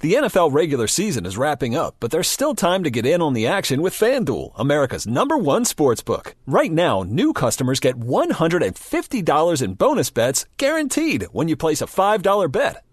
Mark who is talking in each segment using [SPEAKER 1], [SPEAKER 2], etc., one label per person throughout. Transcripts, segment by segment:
[SPEAKER 1] The NFL regular season is wrapping up, but there's still time to get in on the action with FanDuel, America's number one sportsbook. Right now, new customers get $150 in bonus bets guaranteed when you place a $5 bet.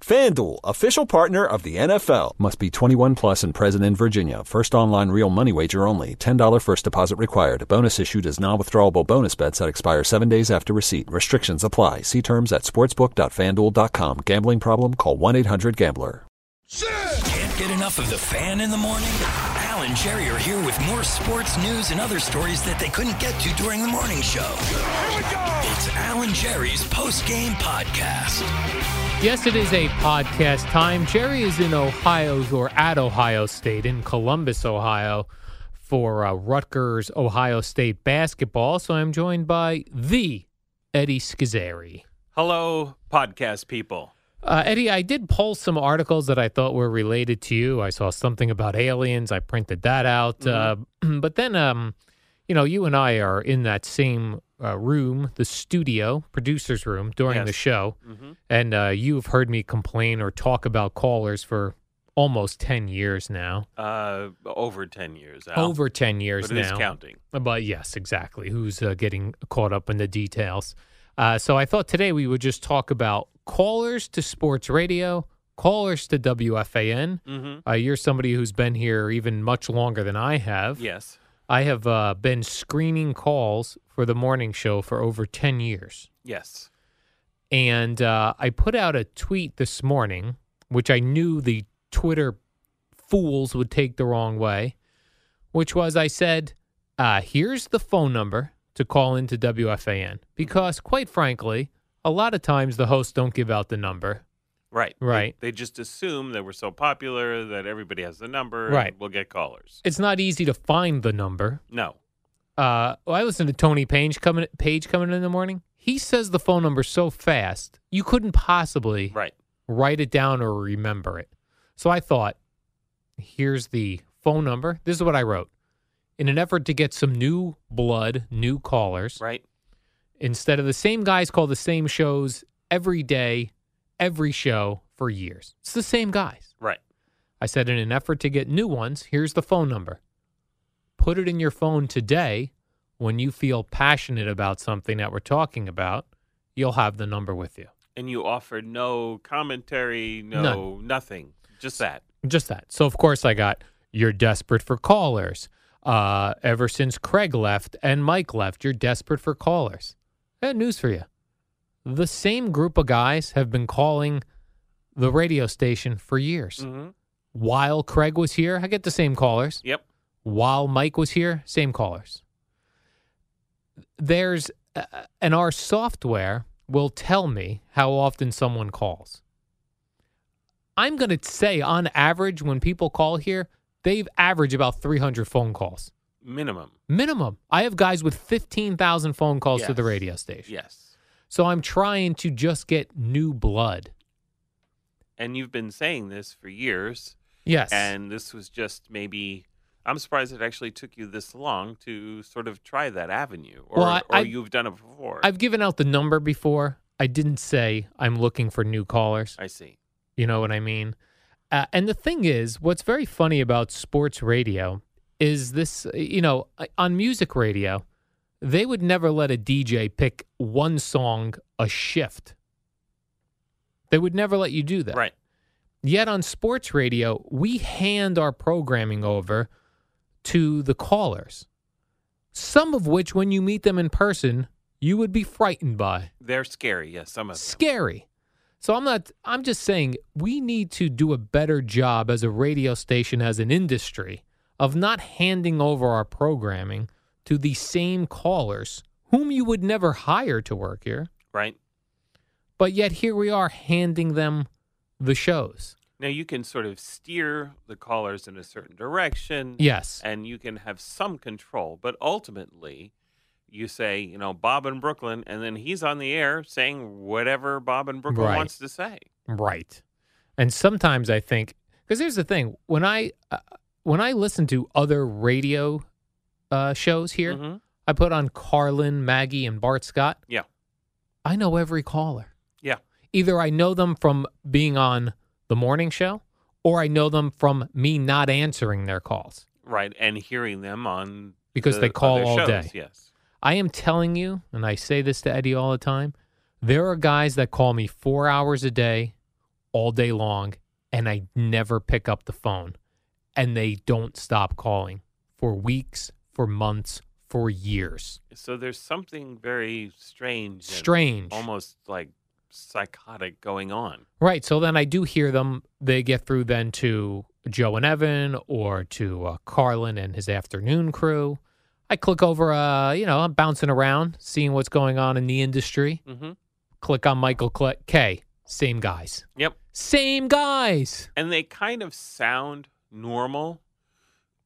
[SPEAKER 1] FanDuel, official partner of the NFL. Must be 21 plus and present in Virginia. First online real money wager only. $10 first deposit required. Bonus issued as non-withdrawable bonus bets that expire seven days after receipt. Restrictions apply. See terms at sportsbook.fanduel.com. Gambling problem? Call 1-800-GAMBLER.
[SPEAKER 2] Can't get enough of the fan in the morning? Al and Jerry are here with more sports news and other stories that they couldn't get to during the morning show. It's Al and Jerry's post game podcast.
[SPEAKER 3] Yes, it is a podcast time. Jerry is in Ohio's or at Ohio State in Columbus, Ohio, for uh, Rutgers, Ohio State basketball. So I'm joined by the Eddie Schizzeri.
[SPEAKER 4] Hello, podcast people.
[SPEAKER 3] Uh, Eddie, I did pull some articles that I thought were related to you. I saw something about aliens. I printed that out.
[SPEAKER 4] Mm-hmm.
[SPEAKER 3] Uh, but then, um, you know, you and I are in that same uh, room, the studio, producer's room during the
[SPEAKER 4] Yes. Mm-hmm.
[SPEAKER 3] show. And uh, you've heard me complain or talk about callers for almost 10 years now,
[SPEAKER 4] Uh, over 10 years. Al.
[SPEAKER 3] over 10 years
[SPEAKER 4] but it
[SPEAKER 3] now.
[SPEAKER 4] is counting.
[SPEAKER 3] But yes, exactly. Who's uh, getting caught up in the details? Uh, so I thought today we would just talk about callers to sports radio, callers to WFAN.
[SPEAKER 4] Mhm.
[SPEAKER 3] Uh, you're somebody who's been here even much longer than I have.
[SPEAKER 4] Yes.
[SPEAKER 3] I have uh, been screening calls for the morning show for over 10 years.
[SPEAKER 4] Yes.
[SPEAKER 3] And uh, I put out a tweet this morning, which I knew the Twitter fools would take the wrong way, which was I said, uh, here's the phone number to call into WFAN. Because, quite frankly, a lot of times the hosts don't give out the number.
[SPEAKER 4] Right. They-
[SPEAKER 3] Right.
[SPEAKER 4] They, just assume that we're so popular that everybody has the number. and
[SPEAKER 3] Right.
[SPEAKER 4] We'll get callers.
[SPEAKER 3] It's not easy to find the number.
[SPEAKER 4] No.
[SPEAKER 3] Uh, well, I listened to Tony Page coming, Page coming in the morning. He says the phone number so fast, you couldn't possibly
[SPEAKER 4] Right.
[SPEAKER 3] write it down or remember it. So I thought, here's the phone number. This is what I wrote. In an effort to get some new blood, new callers,
[SPEAKER 4] Right.
[SPEAKER 3] instead of the same guys call the same shows every day, every show for years. It's the same guys.
[SPEAKER 4] Right.
[SPEAKER 3] I said, in an effort to get new ones, here's the phone number. Put it in your phone today when you feel passionate about something that we're talking about. You'll have the number with you.
[SPEAKER 4] And you offer no commentary, no nothing. Just that.
[SPEAKER 3] just that. So of course I got you're desperate for callers. Uh, ever since Craig left and Mike left, you're desperate for callers. I got news for you. The same group of guys have been calling the radio station for years.
[SPEAKER 4] Mm-hmm.
[SPEAKER 3] While Craig was here, I get the same callers.
[SPEAKER 4] Yep.
[SPEAKER 3] While Mike was here, same callers. There's, uh, and our software will tell me how often someone calls. I'm going to say on average, when people call here, they've averaged about 300 phone calls
[SPEAKER 4] Minimum.
[SPEAKER 3] minimum. I have guys with 15,000 phone calls to the
[SPEAKER 4] Yes.
[SPEAKER 3] radio station.
[SPEAKER 4] Yes.
[SPEAKER 3] So I'm trying to just get new blood.
[SPEAKER 4] And you've been saying this for years.
[SPEAKER 3] Yes.
[SPEAKER 4] And this was just maybe I'm surprised it actually took you this long to sort of try that avenue, or,
[SPEAKER 3] Well, I-
[SPEAKER 4] or
[SPEAKER 3] I-
[SPEAKER 4] you've done it before.
[SPEAKER 3] I've given out the number before. I didn't say I'm looking for new callers.
[SPEAKER 4] I see.
[SPEAKER 3] You know what I mean? Uh, and the thing is, what's very funny about sports radio is this, uh, you know, on music radio, they would never let a DJ pick one song a shift. They would never let you do that.
[SPEAKER 4] Right.
[SPEAKER 3] Yet on sports radio, we hand our programming over to the callers, some of which, when you meet them in person, you would be frightened by
[SPEAKER 4] They're scary. Yes, some of them.
[SPEAKER 3] scary. So I'm not I'm just saying we need to do a better job as a radio station as an industry of not handing over our programming to the same callers whom you would never hire to work here,
[SPEAKER 4] Right.
[SPEAKER 3] but yet here we are handing them the shows.
[SPEAKER 4] Now you can sort of steer the callers in a certain direction.
[SPEAKER 3] Yes.
[SPEAKER 4] And you can have some control, but ultimately you say, you know, Bob in Brooklyn, and then he's on the air saying whatever Bob in Brooklyn
[SPEAKER 3] Right.
[SPEAKER 4] wants to say.
[SPEAKER 3] Right. And sometimes I think because here's the thing when I uh, when I listen to other radio uh, shows here,
[SPEAKER 4] Mhm.
[SPEAKER 3] I put on Carlin, Maggie, and Bart Scott.
[SPEAKER 4] Yeah.
[SPEAKER 3] I know every caller.
[SPEAKER 4] Yeah.
[SPEAKER 3] Either I know them from being on the morning show, or I know them from me not answering their calls.
[SPEAKER 4] Right. And hearing them on
[SPEAKER 3] Because
[SPEAKER 4] the
[SPEAKER 3] they call
[SPEAKER 4] other
[SPEAKER 3] all
[SPEAKER 4] shows,
[SPEAKER 3] day.
[SPEAKER 4] Yes.
[SPEAKER 3] I am telling you, and I say this to Eddie all the time there are guys that call me four hours a day, all day long, and I never pick up the phone. And they don't stop calling for weeks, for months, for years.
[SPEAKER 4] So there's something very strange, and
[SPEAKER 3] Strange.
[SPEAKER 4] almost like psychotic going on.
[SPEAKER 3] Right. So then I do hear them. They get through then to Joe and Evan or to uh, Carlin and his afternoon crew. I click over, uh, you know, I'm bouncing around, seeing what's going on in the industry.
[SPEAKER 4] Mm-hmm.
[SPEAKER 3] Click on Michael Cl- K. Same guys.
[SPEAKER 4] Yep.
[SPEAKER 3] Same guys.
[SPEAKER 4] And they kind of sound normal,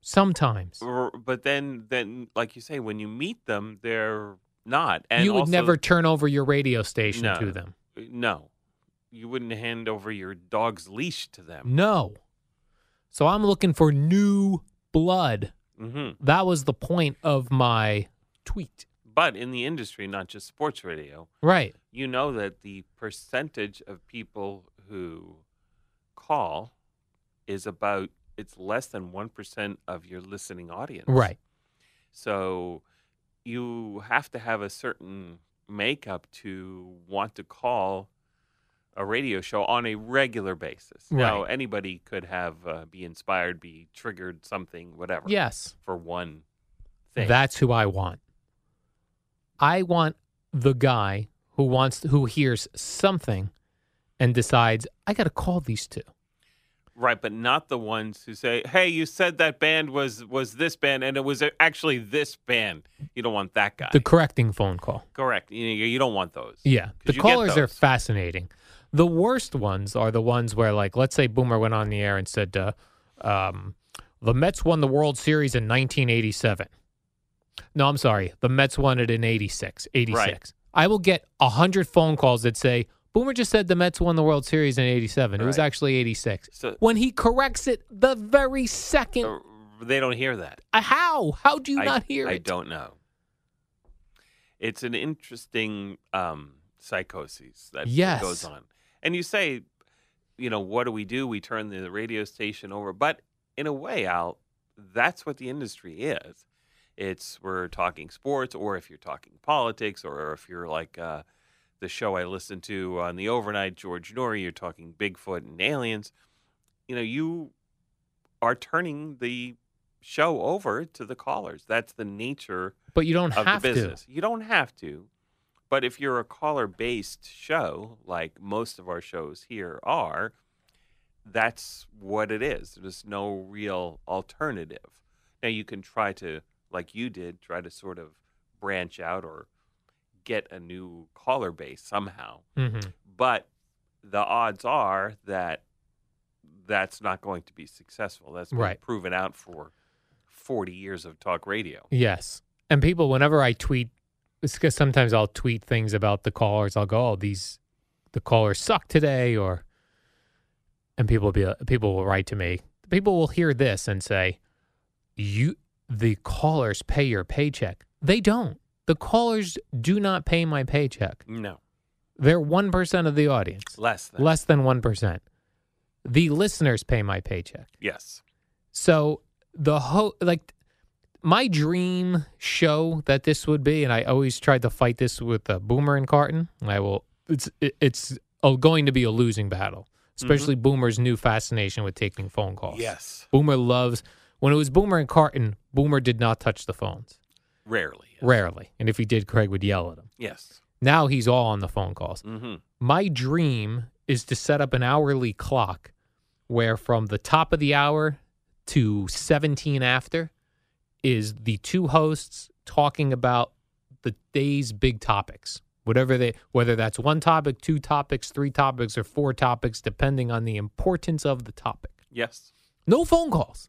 [SPEAKER 3] Sometimes.
[SPEAKER 4] r- but then, then like you say, when you meet them, they're not. And
[SPEAKER 3] you would
[SPEAKER 4] also-
[SPEAKER 3] never turn over your radio station
[SPEAKER 4] No. Uh,
[SPEAKER 3] to them.
[SPEAKER 4] No, you wouldn't hand over your dog's leash to them.
[SPEAKER 3] No. So I'm looking for new blood.
[SPEAKER 4] hmm
[SPEAKER 3] That was the point of my tweet.
[SPEAKER 4] But in the industry, not just sports radio,
[SPEAKER 3] Right.
[SPEAKER 4] you know that the percentage of people who call is about it's less than 1% of your listening audience.
[SPEAKER 3] Right.
[SPEAKER 4] So you have to have a certain makeup to want to call a radio show on a regular basis. Now
[SPEAKER 3] Right.
[SPEAKER 4] anybody could have uh, be inspired, be triggered, something, whatever.
[SPEAKER 3] Yes.
[SPEAKER 4] For one thing.
[SPEAKER 3] That's who I want. I want the guy who wants who hears something and decides I got to call these two.
[SPEAKER 4] right, but not the ones who say, "Hey, you said that band was was this band, and it was uh, actually this band." You don't want that guy.
[SPEAKER 3] The correcting phone call.
[SPEAKER 4] Correct. You, you don't want those.
[SPEAKER 3] Yeah.
[SPEAKER 4] 'Cause
[SPEAKER 3] The
[SPEAKER 4] you get
[SPEAKER 3] callers are
[SPEAKER 4] those.
[SPEAKER 3] fascinating. The worst ones are the ones where like let's say Boomer went on the air and said uh, um, the Mets won the World Series in 1987. No, I'm sorry. The Mets won it in 86. 86. I will get 100 phone calls that say, Boomer just said the Mets won the World Series in 87. It was
[SPEAKER 4] Right.
[SPEAKER 3] actually 86.
[SPEAKER 4] So-
[SPEAKER 3] when he corrects it the very second.
[SPEAKER 4] Uh, They don't hear that.
[SPEAKER 3] Uh, how? How do you
[SPEAKER 4] I,
[SPEAKER 3] not hear
[SPEAKER 4] I
[SPEAKER 3] it?
[SPEAKER 4] don't know. It's an interesting um, psychosis that
[SPEAKER 3] Yes.
[SPEAKER 4] goes on. And you say, you know, what do we do? We turn the radio station over. But in a way, Al, that's what the industry is. It's we're talking sports, or if you're talking politics, or if you're like uh, the show I listened to on the overnight, George Norrie, you're talking Bigfoot and aliens. You know, you are turning the show over to the callers. That's the nature
[SPEAKER 3] But you don't
[SPEAKER 4] of
[SPEAKER 3] have
[SPEAKER 4] the
[SPEAKER 3] to.
[SPEAKER 4] business. You don't have to, but if you're a caller based show, like most of our shows here are, that's what it is. There's no real alternative. Now you can try to, like you did, try to sort of branch out or get a new caller base somehow
[SPEAKER 3] Mhm.
[SPEAKER 4] but the odds are that that's not going to be successful. That's been
[SPEAKER 3] Right.
[SPEAKER 4] proven out for 40 years of talk radio.
[SPEAKER 3] Yes. And people, whenever I tweet, it's because sometimes I'll tweet things about the callers. I'll go, oh, these, the callers suck today, or, and people will be, people will write to me. People will hear this and say, you the callers pay your paycheck. They don't. The callers do not pay my paycheck.
[SPEAKER 4] No,
[SPEAKER 3] They're 1% of the audience.
[SPEAKER 4] less than.
[SPEAKER 3] Less than 1%. The listeners pay my paycheck.
[SPEAKER 4] Yes.
[SPEAKER 3] So the ho like my dream show that this would be, and I always tried to fight this with uh, Boomer and Carton. and I will. It's it- it's uh, going to be a losing battle, especially Boomer's new fascination with taking phone calls.
[SPEAKER 4] Mm-hmm. Yes.
[SPEAKER 3] Boomer loves when it was Boomer and Carton. Boomer did not touch the phones
[SPEAKER 4] Rarely. yes.
[SPEAKER 3] rarely, and if he did, Craig would yell at him.
[SPEAKER 4] Yes.
[SPEAKER 3] Now he's all on the phone calls.
[SPEAKER 4] Mm-hmm.
[SPEAKER 3] My dream is to set up an hourly clock where from the top of the hour to 17 after is the two hosts talking about the day's big topics. Whatever they whether that's one topic, two topics, three topics or four topics depending on the importance of the topic.
[SPEAKER 4] Yes.
[SPEAKER 3] No phone calls.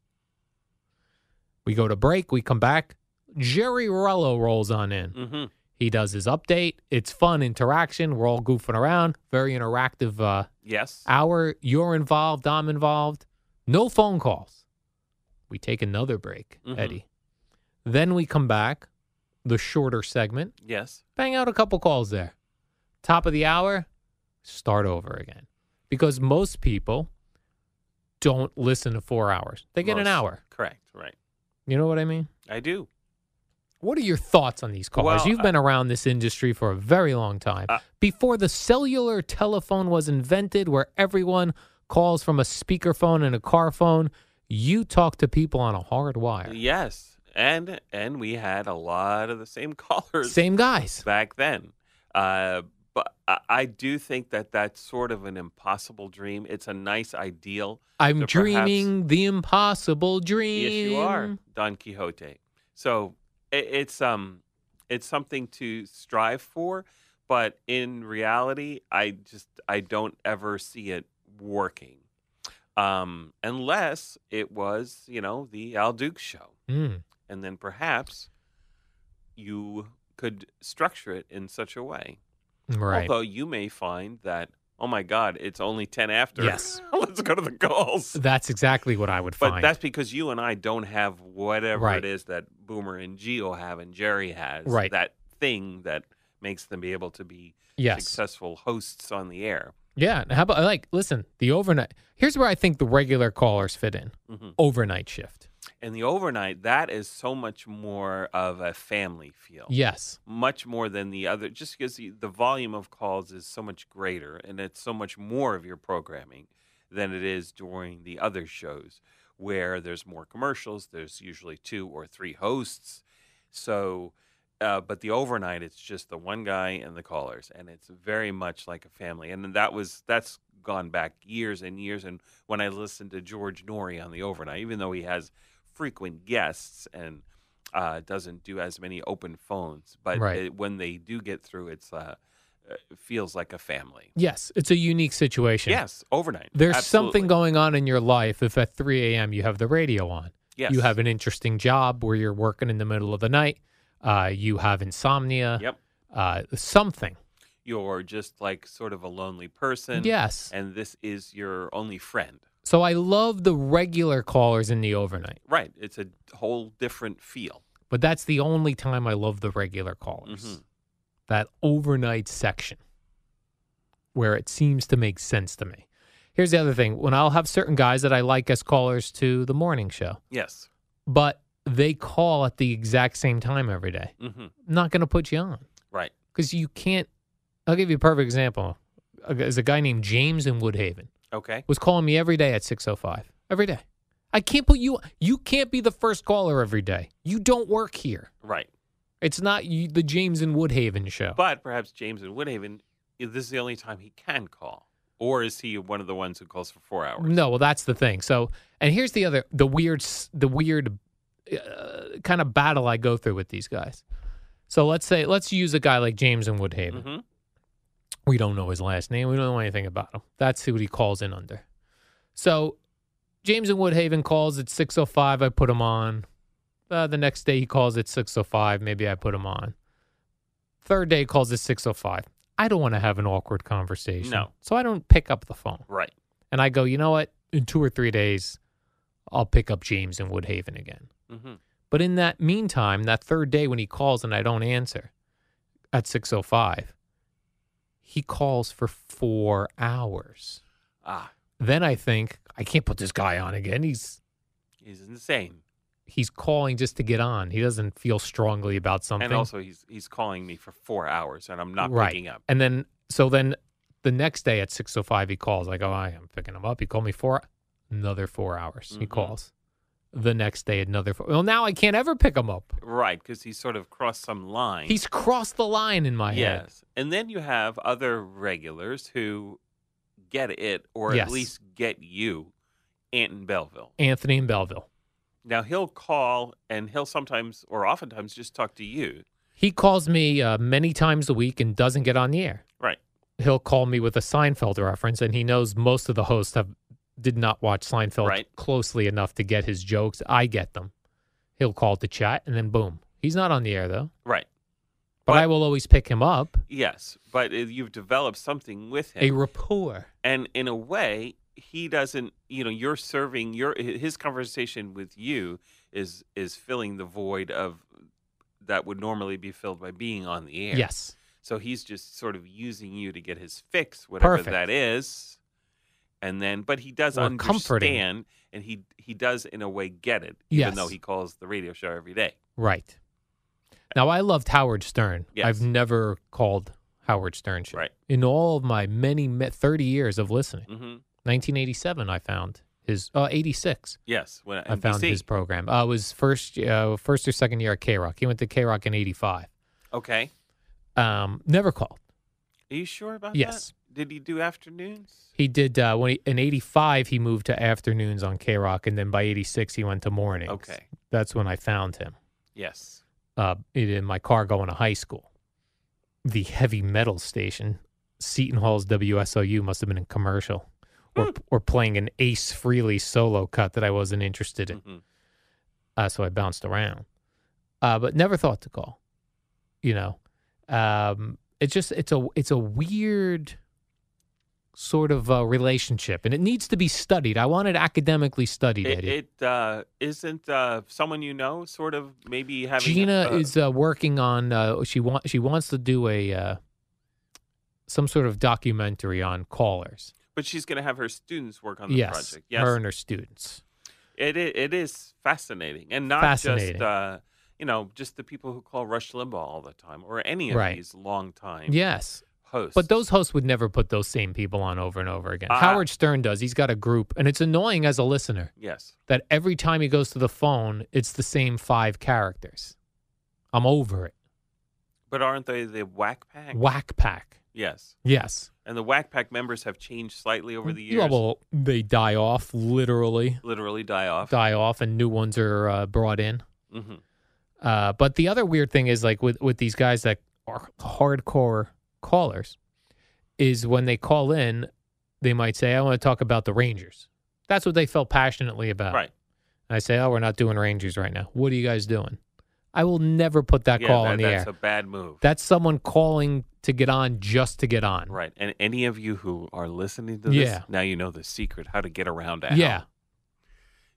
[SPEAKER 3] We go to break, we come back. Jerry Rello rolls on in.
[SPEAKER 4] Mm-hmm.
[SPEAKER 3] He does his update. It's fun interaction. We're all goofing around. Very interactive uh,
[SPEAKER 4] Yes.
[SPEAKER 3] hour. You're involved. I'm involved. No phone calls. We take another break,
[SPEAKER 4] Mhm.
[SPEAKER 3] Eddie. Then we come back, the shorter segment.
[SPEAKER 4] Yes.
[SPEAKER 3] Bang out a couple calls there. Top of the hour, start over again. Because most people don't listen to four hours, they get an
[SPEAKER 4] Most-
[SPEAKER 3] hour.
[SPEAKER 4] Correct. Right.
[SPEAKER 3] You know what I mean?
[SPEAKER 4] I do.
[SPEAKER 3] What are your thoughts on these calls?
[SPEAKER 4] Well,
[SPEAKER 3] You've been around this industry for a very long time.
[SPEAKER 4] Uh,
[SPEAKER 3] Before the cellular telephone was invented, where everyone calls from a speakerphone and a car phone, you talk to people on a hard wire.
[SPEAKER 4] Yes. And and we had a lot of the same callers
[SPEAKER 3] Same guys.
[SPEAKER 4] back then. Uh, but I, I do think that that's sort of an impossible dream. It's a nice ideal.
[SPEAKER 3] I'm
[SPEAKER 4] to perhaps-
[SPEAKER 3] dreaming the impossible dream.
[SPEAKER 4] Yes, you are Don Quixote. So it, it's um, it's something to strive for, but in reality, I just I don't ever see it working, um, unless it was you know the Al Duke show,
[SPEAKER 3] Mm.
[SPEAKER 4] and then perhaps you could structure it in such a way.
[SPEAKER 3] Mm, Right.
[SPEAKER 4] Although you may find that oh my God, it's only ten after.
[SPEAKER 3] Yes.
[SPEAKER 4] let's go to the calls.
[SPEAKER 3] That's exactly what I would
[SPEAKER 4] But
[SPEAKER 3] find.
[SPEAKER 4] that's because you and I don't have whatever
[SPEAKER 3] Right.
[SPEAKER 4] it is that Boomer and Geo have and Jerry has.
[SPEAKER 3] Right.
[SPEAKER 4] That thing that makes them be able to be
[SPEAKER 3] yes.
[SPEAKER 4] successful hosts on the air.
[SPEAKER 3] Yeah. How about like listen, the overnight here's where I think the regular callers fit in.
[SPEAKER 4] Mhm.
[SPEAKER 3] Overnight shift.
[SPEAKER 4] And the overnight, that is so much more of a family feel.
[SPEAKER 3] Yes.
[SPEAKER 4] Much more than the other, just because the, the volume of calls is so much greater and it's so much more of your programming than it is during the other shows where there's more commercials. There's usually two or three hosts. So, uh, but the overnight, it's just the one guy and the callers, and it's very much like a family. And that was that's gone back years and years. And when I listened to George Norrie on the overnight, even though he has frequent guests and uh, doesn't do as many open phones, but
[SPEAKER 3] Right.
[SPEAKER 4] it, when they do get through, it's uh, uh, it feels like a family.
[SPEAKER 3] Yes. It's a unique situation.
[SPEAKER 4] Yes, overnight.
[SPEAKER 3] There's something
[SPEAKER 4] Absolutely.
[SPEAKER 3] going on in your life if at 3 a.m. you have the radio on.
[SPEAKER 4] Yes.
[SPEAKER 3] You have an interesting job where you're working in the middle of the night. Uh, you have insomnia.
[SPEAKER 4] Yep.
[SPEAKER 3] Uh, something.
[SPEAKER 4] You're just like sort of a lonely person.
[SPEAKER 3] yes.
[SPEAKER 4] And this is your only friend.
[SPEAKER 3] So I love the regular callers in the overnight,
[SPEAKER 4] Right. It's a whole different feel.
[SPEAKER 3] but that's the only time I love the regular callers.
[SPEAKER 4] Mhm.
[SPEAKER 3] That overnight section where it seems to make sense to me. Here's the other thing when I'll have certain guys that I like as callers to the morning show,
[SPEAKER 4] Yes.
[SPEAKER 3] but they call at the exact same time every day.
[SPEAKER 4] Mm-hmm.
[SPEAKER 3] not going to put you on
[SPEAKER 4] Right.
[SPEAKER 3] because you can't. I'll give you a perfect example. A- There's a guy named James in Woodhaven
[SPEAKER 4] Okay.
[SPEAKER 3] was calling me every day at 6:05. Every day. I can't put you you can't be the first caller every day. You don't work here.
[SPEAKER 4] Right.
[SPEAKER 3] It's not you, the James in Woodhaven show.
[SPEAKER 4] But perhaps James and Woodhaven, i- this is the only time he can call. Or is he one of the ones who calls for four hours?
[SPEAKER 3] No, well that's the thing. So, and here's the other the weird s- the weird uh, kind of battle I go through with these guys. So let's say let's use a guy like James in Woodhaven.
[SPEAKER 4] Mm-hmm.
[SPEAKER 3] We don't know his last name. We don't know anything about him. That's who he calls in under. So James in Woodhaven calls at 6.05. I put him on. Uh, the next day he calls at 6.05. Maybe I put him on. Third day he calls at 6.05. I don't want to have an awkward conversation.
[SPEAKER 4] No.
[SPEAKER 3] So I don't pick up the phone.
[SPEAKER 4] Right.
[SPEAKER 3] And I go, you know what? In two or three days, I'll pick up James in Woodhaven again.
[SPEAKER 4] Mhm.
[SPEAKER 3] But in that meantime, that third day when he calls and I don't answer at 6:05, he calls for 4 hours.
[SPEAKER 4] Ah,
[SPEAKER 3] Then I think I can't put this guy on again. He's
[SPEAKER 4] he's insane.
[SPEAKER 3] he's calling just to get on. He doesn't feel strongly about something.
[SPEAKER 4] And also, he's he's calling me for four hours, and I'm not
[SPEAKER 3] right.
[SPEAKER 4] picking up.
[SPEAKER 3] And then so then the next day at 6:05 he calls. I go, "I am picking him up." He called me for another 4 hours. He
[SPEAKER 4] Mhm.
[SPEAKER 3] calls. The next day another 4. Well, now I can't ever pick him up.
[SPEAKER 4] Right, because he's sort of crossed some line.
[SPEAKER 3] He's crossed the line in my head.
[SPEAKER 4] yes, and then you have other regulars who get it, or
[SPEAKER 3] Yes.
[SPEAKER 4] at least get you, Anton Belleville.
[SPEAKER 3] Anthony in Belleville.
[SPEAKER 4] Now he'll call, and he'll sometimes, or oftentimes, just talk to you.
[SPEAKER 3] He calls me uh, many times a week and doesn't get on the air.
[SPEAKER 4] Right.
[SPEAKER 3] He'll call me with a Seinfeld reference, and he knows most of the hosts have did not watch Seinfeld
[SPEAKER 4] Right.
[SPEAKER 3] closely enough to get his jokes. I get them. He'll call to chat, and then boom, he's not on the air though.
[SPEAKER 4] Right.
[SPEAKER 3] But,
[SPEAKER 4] But-
[SPEAKER 3] I will always pick him up.
[SPEAKER 4] Yes, but uh, you've developed something with him.
[SPEAKER 3] A rapport.
[SPEAKER 4] and in a way he doesn't you know you're serving your his conversation with you is is filling the void of that would normally be filled by being on the air
[SPEAKER 3] Yes.
[SPEAKER 4] so he's just sort of using you to get his fix whatever
[SPEAKER 3] Perfect.
[SPEAKER 4] that is and then but he does
[SPEAKER 3] Or
[SPEAKER 4] understand
[SPEAKER 3] comforting.
[SPEAKER 4] and he he does in a way get it even
[SPEAKER 3] Yes.
[SPEAKER 4] though he calls the radio show every day
[SPEAKER 3] Right. Now I loved Howard Stern.
[SPEAKER 4] Yes.
[SPEAKER 3] I've never called Howard Stern shit
[SPEAKER 4] Right.
[SPEAKER 3] in all of my many me- thirty years of listening.
[SPEAKER 4] hmm
[SPEAKER 3] 1987 i found his uh, 86
[SPEAKER 4] yes when
[SPEAKER 3] i found
[SPEAKER 4] NBC.
[SPEAKER 3] his program uh, it was first uh, first or second year at k-rock he went to k-rock in 85
[SPEAKER 4] okay
[SPEAKER 3] um, never called
[SPEAKER 4] are you sure about
[SPEAKER 3] Yes.
[SPEAKER 4] that did he do afternoons
[SPEAKER 3] he did uh, when he, in 85 he moved to afternoons on k-rock and then by 86 he went to mornings
[SPEAKER 4] Okay.
[SPEAKER 3] that's when i found him
[SPEAKER 4] yes
[SPEAKER 3] uh, in in my car going to high school the heavy metal station seton hall's wsou must have been in commercial or, or playing an ace Frehley solo cut that i wasn't interested in
[SPEAKER 4] Mhm.
[SPEAKER 3] uh, so I bounced around, uh, but never thought to call. You know, um, it's just it's a it's a weird sort of uh, relationship, and it needs to be studied. I want it academically studied.
[SPEAKER 4] It,
[SPEAKER 3] Eddie.
[SPEAKER 4] it uh, isn't uh, someone you know, sort of maybe having.
[SPEAKER 3] Gina
[SPEAKER 4] uh,
[SPEAKER 3] is uh, working on uh, she wants she wants to do a uh, some sort of documentary on callers.
[SPEAKER 4] but she's going to have her students work on the
[SPEAKER 3] yes,
[SPEAKER 4] project. Yes,
[SPEAKER 3] her and her students.
[SPEAKER 4] it i- it is fascinating, and not
[SPEAKER 3] Fascinating.
[SPEAKER 4] just uh, you know just the people who call Rush Limbaugh all the time, or any of
[SPEAKER 3] Right.
[SPEAKER 4] these long time
[SPEAKER 3] Yes,
[SPEAKER 4] hosts.
[SPEAKER 3] But those hosts would never put those same people on over and over again.
[SPEAKER 4] Ah.
[SPEAKER 3] Howard Stern does. He's got a group, and it's annoying as a listener
[SPEAKER 4] yes,
[SPEAKER 3] that every time he goes to the phone, it's the same five characters. I'm over it.
[SPEAKER 4] but aren't they the Whack Pack?
[SPEAKER 3] Whack pack.
[SPEAKER 4] Yes,
[SPEAKER 3] Yes.
[SPEAKER 4] and the Whack Pack members have changed slightly over the years.
[SPEAKER 3] Yeah, well, they die off, literally
[SPEAKER 4] literally die off.
[SPEAKER 3] die off, and new ones are uh, brought in.
[SPEAKER 4] hmm
[SPEAKER 3] Uh, but the other weird thing is like with with these guys that are hardcore callers, is when they call in, they might say, "I want to talk about the Rangers." That's what they felt passionately about.
[SPEAKER 4] Right.
[SPEAKER 3] And I say, "Oh, we're not doing Rangers right now. What are you guys doing?" I will never put that call
[SPEAKER 4] that-
[SPEAKER 3] on the
[SPEAKER 4] that's
[SPEAKER 3] air.
[SPEAKER 4] a bad move.
[SPEAKER 3] that's someone calling to get on just to get on.
[SPEAKER 4] Right. And any of you who are listening to this,
[SPEAKER 3] Yeah.
[SPEAKER 4] now you know the secret how to get around Al.
[SPEAKER 3] Yeah.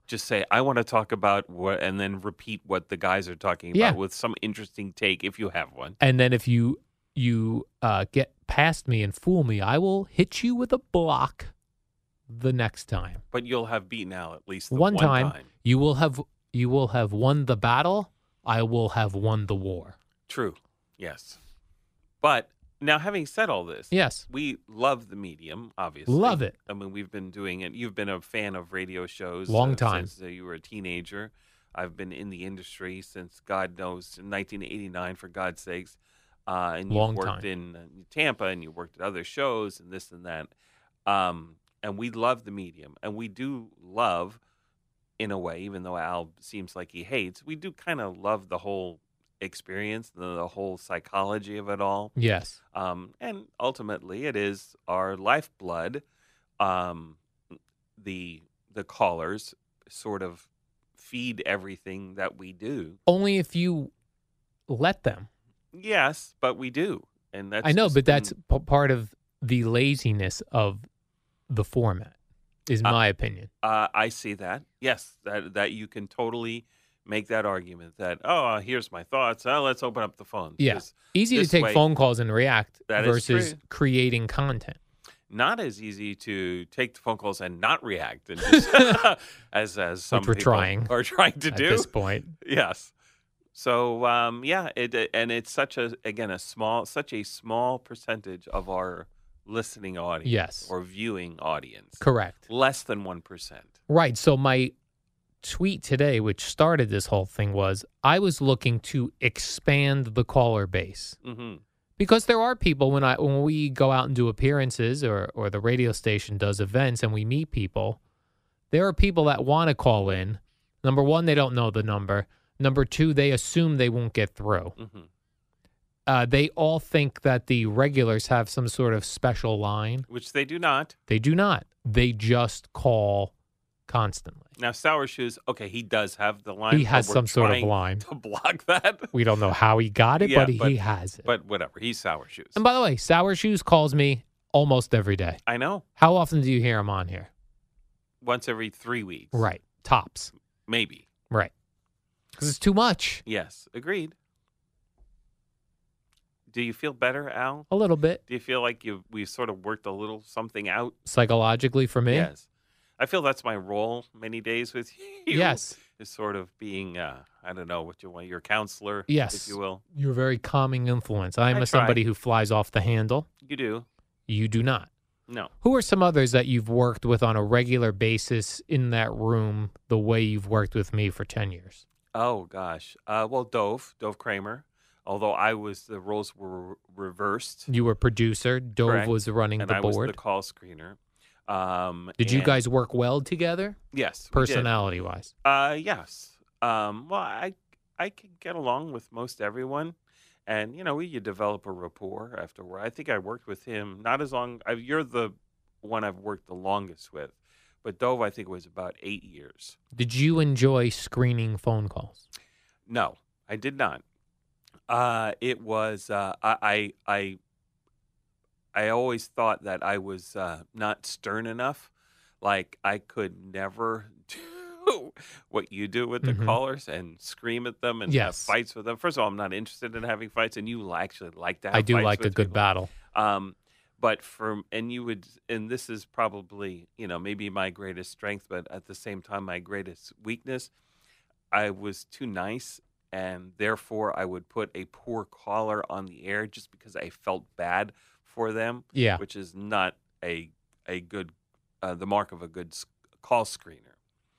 [SPEAKER 4] Just say, I want to talk about what, and then repeat what the guys are talking about
[SPEAKER 3] Yeah.
[SPEAKER 4] with some interesting take if you have one.
[SPEAKER 3] And then if you you uh, get past me and fool me, I will hit you with a block the next time.
[SPEAKER 4] But you'll have beaten Al at least the
[SPEAKER 3] one, time,
[SPEAKER 4] time.
[SPEAKER 3] you will have you will have won the battle i will have won the war
[SPEAKER 4] True. Yes. But now, having said all this,
[SPEAKER 3] yes
[SPEAKER 4] we love the medium, obviously.
[SPEAKER 3] Love it.
[SPEAKER 4] I mean, we've been doing it. You've been a fan of radio shows
[SPEAKER 3] Long
[SPEAKER 4] uh,
[SPEAKER 3] time.
[SPEAKER 4] since uh, you were a teenager. I've been in the industry since God knows 1989, for God's sakes. Uh, and
[SPEAKER 3] Long
[SPEAKER 4] you worked
[SPEAKER 3] time.
[SPEAKER 4] in uh, Tampa, and you worked at other shows, and this and that. Um, and we love the medium, and we do love, in a way, even though Al seems like he hates, we do kind of love the whole experience, the, the whole psychology of it all
[SPEAKER 3] yes
[SPEAKER 4] um, and ultimately it is our lifeblood. Um, the the callers sort of feed everything that we do.
[SPEAKER 3] only if you let them
[SPEAKER 4] Yes, but we do, and that's
[SPEAKER 3] i know
[SPEAKER 4] just
[SPEAKER 3] but that's
[SPEAKER 4] been-
[SPEAKER 3] p- part of the laziness of the format is
[SPEAKER 4] Uh,
[SPEAKER 3] my opinion
[SPEAKER 4] uh, I see that. Yes, that that you can totally make that argument that oh here's my thoughts oh, let's open up the phone
[SPEAKER 3] Yeah.
[SPEAKER 4] 'Cause
[SPEAKER 3] Easy to
[SPEAKER 4] this
[SPEAKER 3] take
[SPEAKER 4] way-
[SPEAKER 3] phone calls and react
[SPEAKER 4] That is
[SPEAKER 3] versus
[SPEAKER 4] true.
[SPEAKER 3] creating content.
[SPEAKER 4] not as easy to take the phone calls and not react and just, as as some
[SPEAKER 3] we're
[SPEAKER 4] people
[SPEAKER 3] trying
[SPEAKER 4] are trying to
[SPEAKER 3] at
[SPEAKER 4] do
[SPEAKER 3] this point.
[SPEAKER 4] yes so um, yeah it and it's such a again a small such a small percentage of our listening audience
[SPEAKER 3] Yes.
[SPEAKER 4] or viewing audience
[SPEAKER 3] Correct.
[SPEAKER 4] less than 1%
[SPEAKER 3] Right. So my tweet today, which started this whole thing, was I was looking to expand the caller base
[SPEAKER 4] hmm
[SPEAKER 3] because there are people when I when we go out and do appearances or or the radio station does events and we meet people, there are people that want to call in. Number one, they don't know the number. Number two, they assume they won't get through.
[SPEAKER 4] hmm
[SPEAKER 3] Uh, they all think that the regulars have some sort of special line.
[SPEAKER 4] which they do not
[SPEAKER 3] They do not. They just call constantly.
[SPEAKER 4] now sour shoes okay he does have the line
[SPEAKER 3] He
[SPEAKER 4] but
[SPEAKER 3] has
[SPEAKER 4] we're
[SPEAKER 3] some sort of
[SPEAKER 4] trying
[SPEAKER 3] line.
[SPEAKER 4] to block that
[SPEAKER 3] We don't know how he got it,
[SPEAKER 4] Yeah,
[SPEAKER 3] but,
[SPEAKER 4] but-
[SPEAKER 3] he has it.
[SPEAKER 4] but whatever he's sour shoes
[SPEAKER 3] and by the way, Sour Shoes calls me almost every day.
[SPEAKER 4] i know
[SPEAKER 3] How often do you hear him on here?
[SPEAKER 4] once every three weeks
[SPEAKER 3] Right. Tops.
[SPEAKER 4] maybe
[SPEAKER 3] Right. Because it's too much.
[SPEAKER 4] yes agreed do you feel better al
[SPEAKER 3] A little bit
[SPEAKER 4] Do you feel like you we sort of worked a little something out?
[SPEAKER 3] psychologically for me.
[SPEAKER 4] Yes. I feel that's my role many days with you.
[SPEAKER 3] Yes.
[SPEAKER 4] Is sort of being uh, I don't know what you want, your counselor,
[SPEAKER 3] Yes.
[SPEAKER 4] if you will.
[SPEAKER 3] You're a very calming influence. I'm
[SPEAKER 4] I
[SPEAKER 3] a
[SPEAKER 4] try.
[SPEAKER 3] somebody who flies off the handle.
[SPEAKER 4] You do.
[SPEAKER 3] You do not.
[SPEAKER 4] No.
[SPEAKER 3] Who are some others that you've worked with on a regular basis in that room the way you've worked with me for 10 years?
[SPEAKER 4] Oh gosh. Uh, well Dove, Dove Kramer. Although I was the roles were re- reversed.
[SPEAKER 3] You were producer, Dove
[SPEAKER 4] Correct.
[SPEAKER 3] was running
[SPEAKER 4] and
[SPEAKER 3] the
[SPEAKER 4] I was
[SPEAKER 3] board.
[SPEAKER 4] the call screener. Um,
[SPEAKER 3] Did you
[SPEAKER 4] and-
[SPEAKER 3] guys work well together,
[SPEAKER 4] Yes. we did.
[SPEAKER 3] personality wise?
[SPEAKER 4] Uh, yes. Um, well, I I can get along with most everyone, and you know we you develop a rapport afterward. I think I worked with him not as long. I, you're the one I've worked the longest with, but Dove I think was about eight years.
[SPEAKER 3] Did you enjoy screening phone calls?
[SPEAKER 4] No, I did not. Uh, it was uh, I, I I I always thought that I was uh, not stern enough. Like I could never do what you do with the
[SPEAKER 3] Mhm.
[SPEAKER 4] callers and scream at them and
[SPEAKER 3] Yes.
[SPEAKER 4] have fights with them. First of all, I'm not interested in having fights, and you li- actually like to. Have
[SPEAKER 3] I do
[SPEAKER 4] fights
[SPEAKER 3] like a
[SPEAKER 4] with
[SPEAKER 3] good
[SPEAKER 4] people.
[SPEAKER 3] battle.
[SPEAKER 4] Um, but for and you would and this is probably you know maybe my greatest strength, but at the same time my greatest weakness. I was too nice, and therefore I would put a poor caller on the air just because I felt bad for them,
[SPEAKER 3] Yeah.
[SPEAKER 4] which is not a a good uh, the mark of a good s- call screener.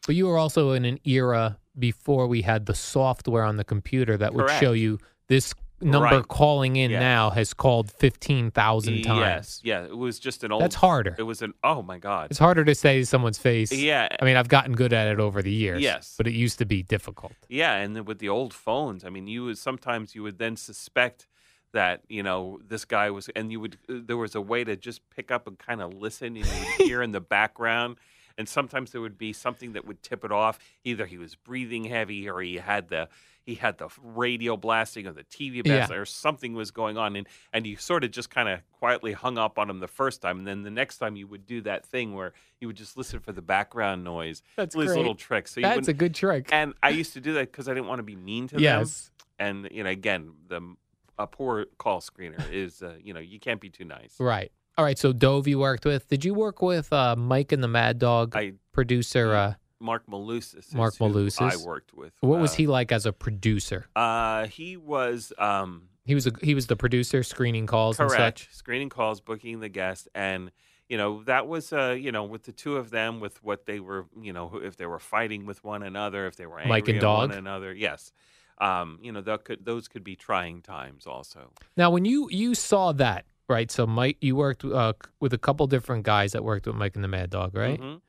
[SPEAKER 3] But you were also in an era before we had the software on the computer that would
[SPEAKER 4] Correct.
[SPEAKER 3] show you this number
[SPEAKER 4] Right.
[SPEAKER 3] calling in
[SPEAKER 4] Yes.
[SPEAKER 3] now has called 15,000
[SPEAKER 4] Yes,
[SPEAKER 3] times.
[SPEAKER 4] yeah, it was just an old.
[SPEAKER 3] That's harder.
[SPEAKER 4] It was an oh my god.
[SPEAKER 3] It's harder to say to someone's face.
[SPEAKER 4] Yeah.
[SPEAKER 3] I mean, I've gotten good at it over the years.
[SPEAKER 4] Yes.
[SPEAKER 3] But it used to be difficult.
[SPEAKER 4] Yeah, and then with the old phones, I mean, you would sometimes you would then suspect that you know this guy was, and you would uh, there was a way to just pick up and kind of listen, and you would hear in the background, and sometimes there would be something that would tip it off. Either he was breathing heavy, or he had the he had the radio blasting or the TV
[SPEAKER 3] Yeah.
[SPEAKER 4] blasting, or something was going on, and and you sort of just kind of quietly hung up on him the first time, and then the next time you would do that thing where you would just listen for the background noise.
[SPEAKER 3] That's
[SPEAKER 4] all these
[SPEAKER 3] great.
[SPEAKER 4] little tricks. So you
[SPEAKER 3] That's
[SPEAKER 4] wouldn't-
[SPEAKER 3] a good trick.
[SPEAKER 4] and I used to do that because I didn't want to be mean to
[SPEAKER 3] Yes.
[SPEAKER 4] them. And you know, again, the a poor call screener is uh, you know you can't be too nice.
[SPEAKER 3] Right. All right. So Dove, you worked with. Did you work with uh, Mike and the Mad Dog
[SPEAKER 4] I
[SPEAKER 3] producer? Uh,
[SPEAKER 4] Mark Malusis. is
[SPEAKER 3] Mark
[SPEAKER 4] who I
[SPEAKER 3] Malusis.
[SPEAKER 4] worked with.
[SPEAKER 3] what was
[SPEAKER 4] Uh,
[SPEAKER 3] he like as a producer?
[SPEAKER 4] Uh, he was um,
[SPEAKER 3] He was a, he was the producer, screening calls and
[SPEAKER 4] correct.
[SPEAKER 3] such.
[SPEAKER 4] Screening calls, booking the guest, and you know that was uh, you know with the two of them with what they were you know who- if they were fighting with one another, if they were angry
[SPEAKER 3] Mike and
[SPEAKER 4] at one
[SPEAKER 3] Dog?
[SPEAKER 4] another. Yes. Um, you know, that could, those could be trying times also.
[SPEAKER 3] Now, when you you saw that, right? So Mike, you worked uh, c- with a couple different guys that worked with Mike and the Mad Dog, right?
[SPEAKER 4] Mhm.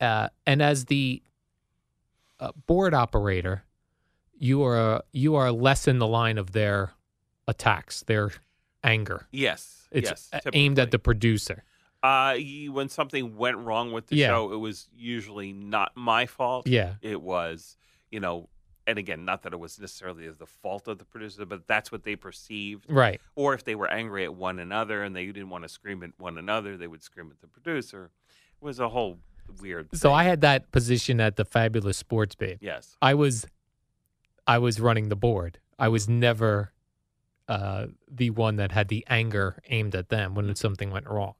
[SPEAKER 3] Uh, and as the uh, board operator, you are you are less in the line of their attacks, their anger.
[SPEAKER 4] Yes.
[SPEAKER 3] It's
[SPEAKER 4] yes,
[SPEAKER 3] a- aimed at
[SPEAKER 4] typically.
[SPEAKER 3] the producer.
[SPEAKER 4] Uh, y- when something went wrong with the
[SPEAKER 3] Yeah.
[SPEAKER 4] show, it was usually not my fault.
[SPEAKER 3] Yeah.
[SPEAKER 4] It was, you know, and again, not that it was necessarily the fault of the producer, but that's what they perceived.
[SPEAKER 3] Right.
[SPEAKER 4] Or if they were angry at one another and they didn't want to scream at one another, they would scream at the producer. It was a whole weird.
[SPEAKER 3] So I had that position at the Fabulous Sports Babe.
[SPEAKER 4] Yes.
[SPEAKER 3] I was I was running the board. I was never uh, the one that had the anger aimed at them when something went wrong.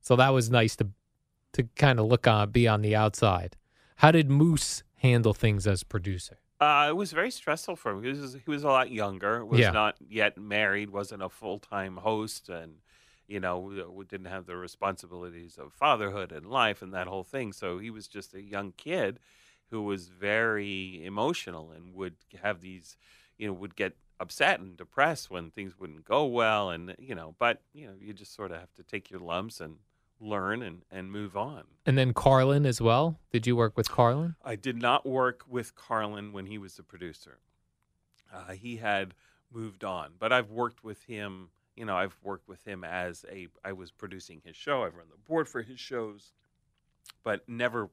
[SPEAKER 3] So that was nice to to kind of look on, be on the outside. How did Moose handle things as producer?
[SPEAKER 4] Uh, it was very stressful for him. He was he was a lot younger, was
[SPEAKER 3] Yeah.
[SPEAKER 4] not yet married, wasn't a full time host, and you know we- uh, we didn't have the responsibilities of fatherhood and life and that whole thing. So he was just a young kid who was very emotional and would have these, you know, would get upset and depressed when things wouldn't go well, and you know, but you know, you just sort of have to take your lumps and learn and and move on.
[SPEAKER 3] And then Carlin as well. Did you work with Carlin?
[SPEAKER 4] I did not work with Carlin when he was the producer. Uh, he had moved on, but I've worked with him. You know, I've worked with him as a. I was producing his show. I've run the board for his shows, but never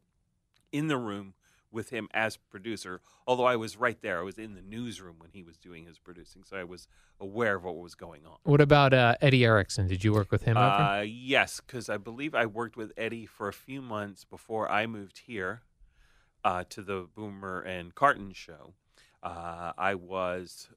[SPEAKER 4] in the room with him as producer. Although I was right there, I was in the newsroom when he was doing his producing, so I was aware of what was going on.
[SPEAKER 3] What about uh, Eddie Erickson? Did you work with him ever?
[SPEAKER 4] Uh, yes, because I believe I worked with Eddie for a few months before I moved here uh, to the Boomer and Carton show. Uh, I was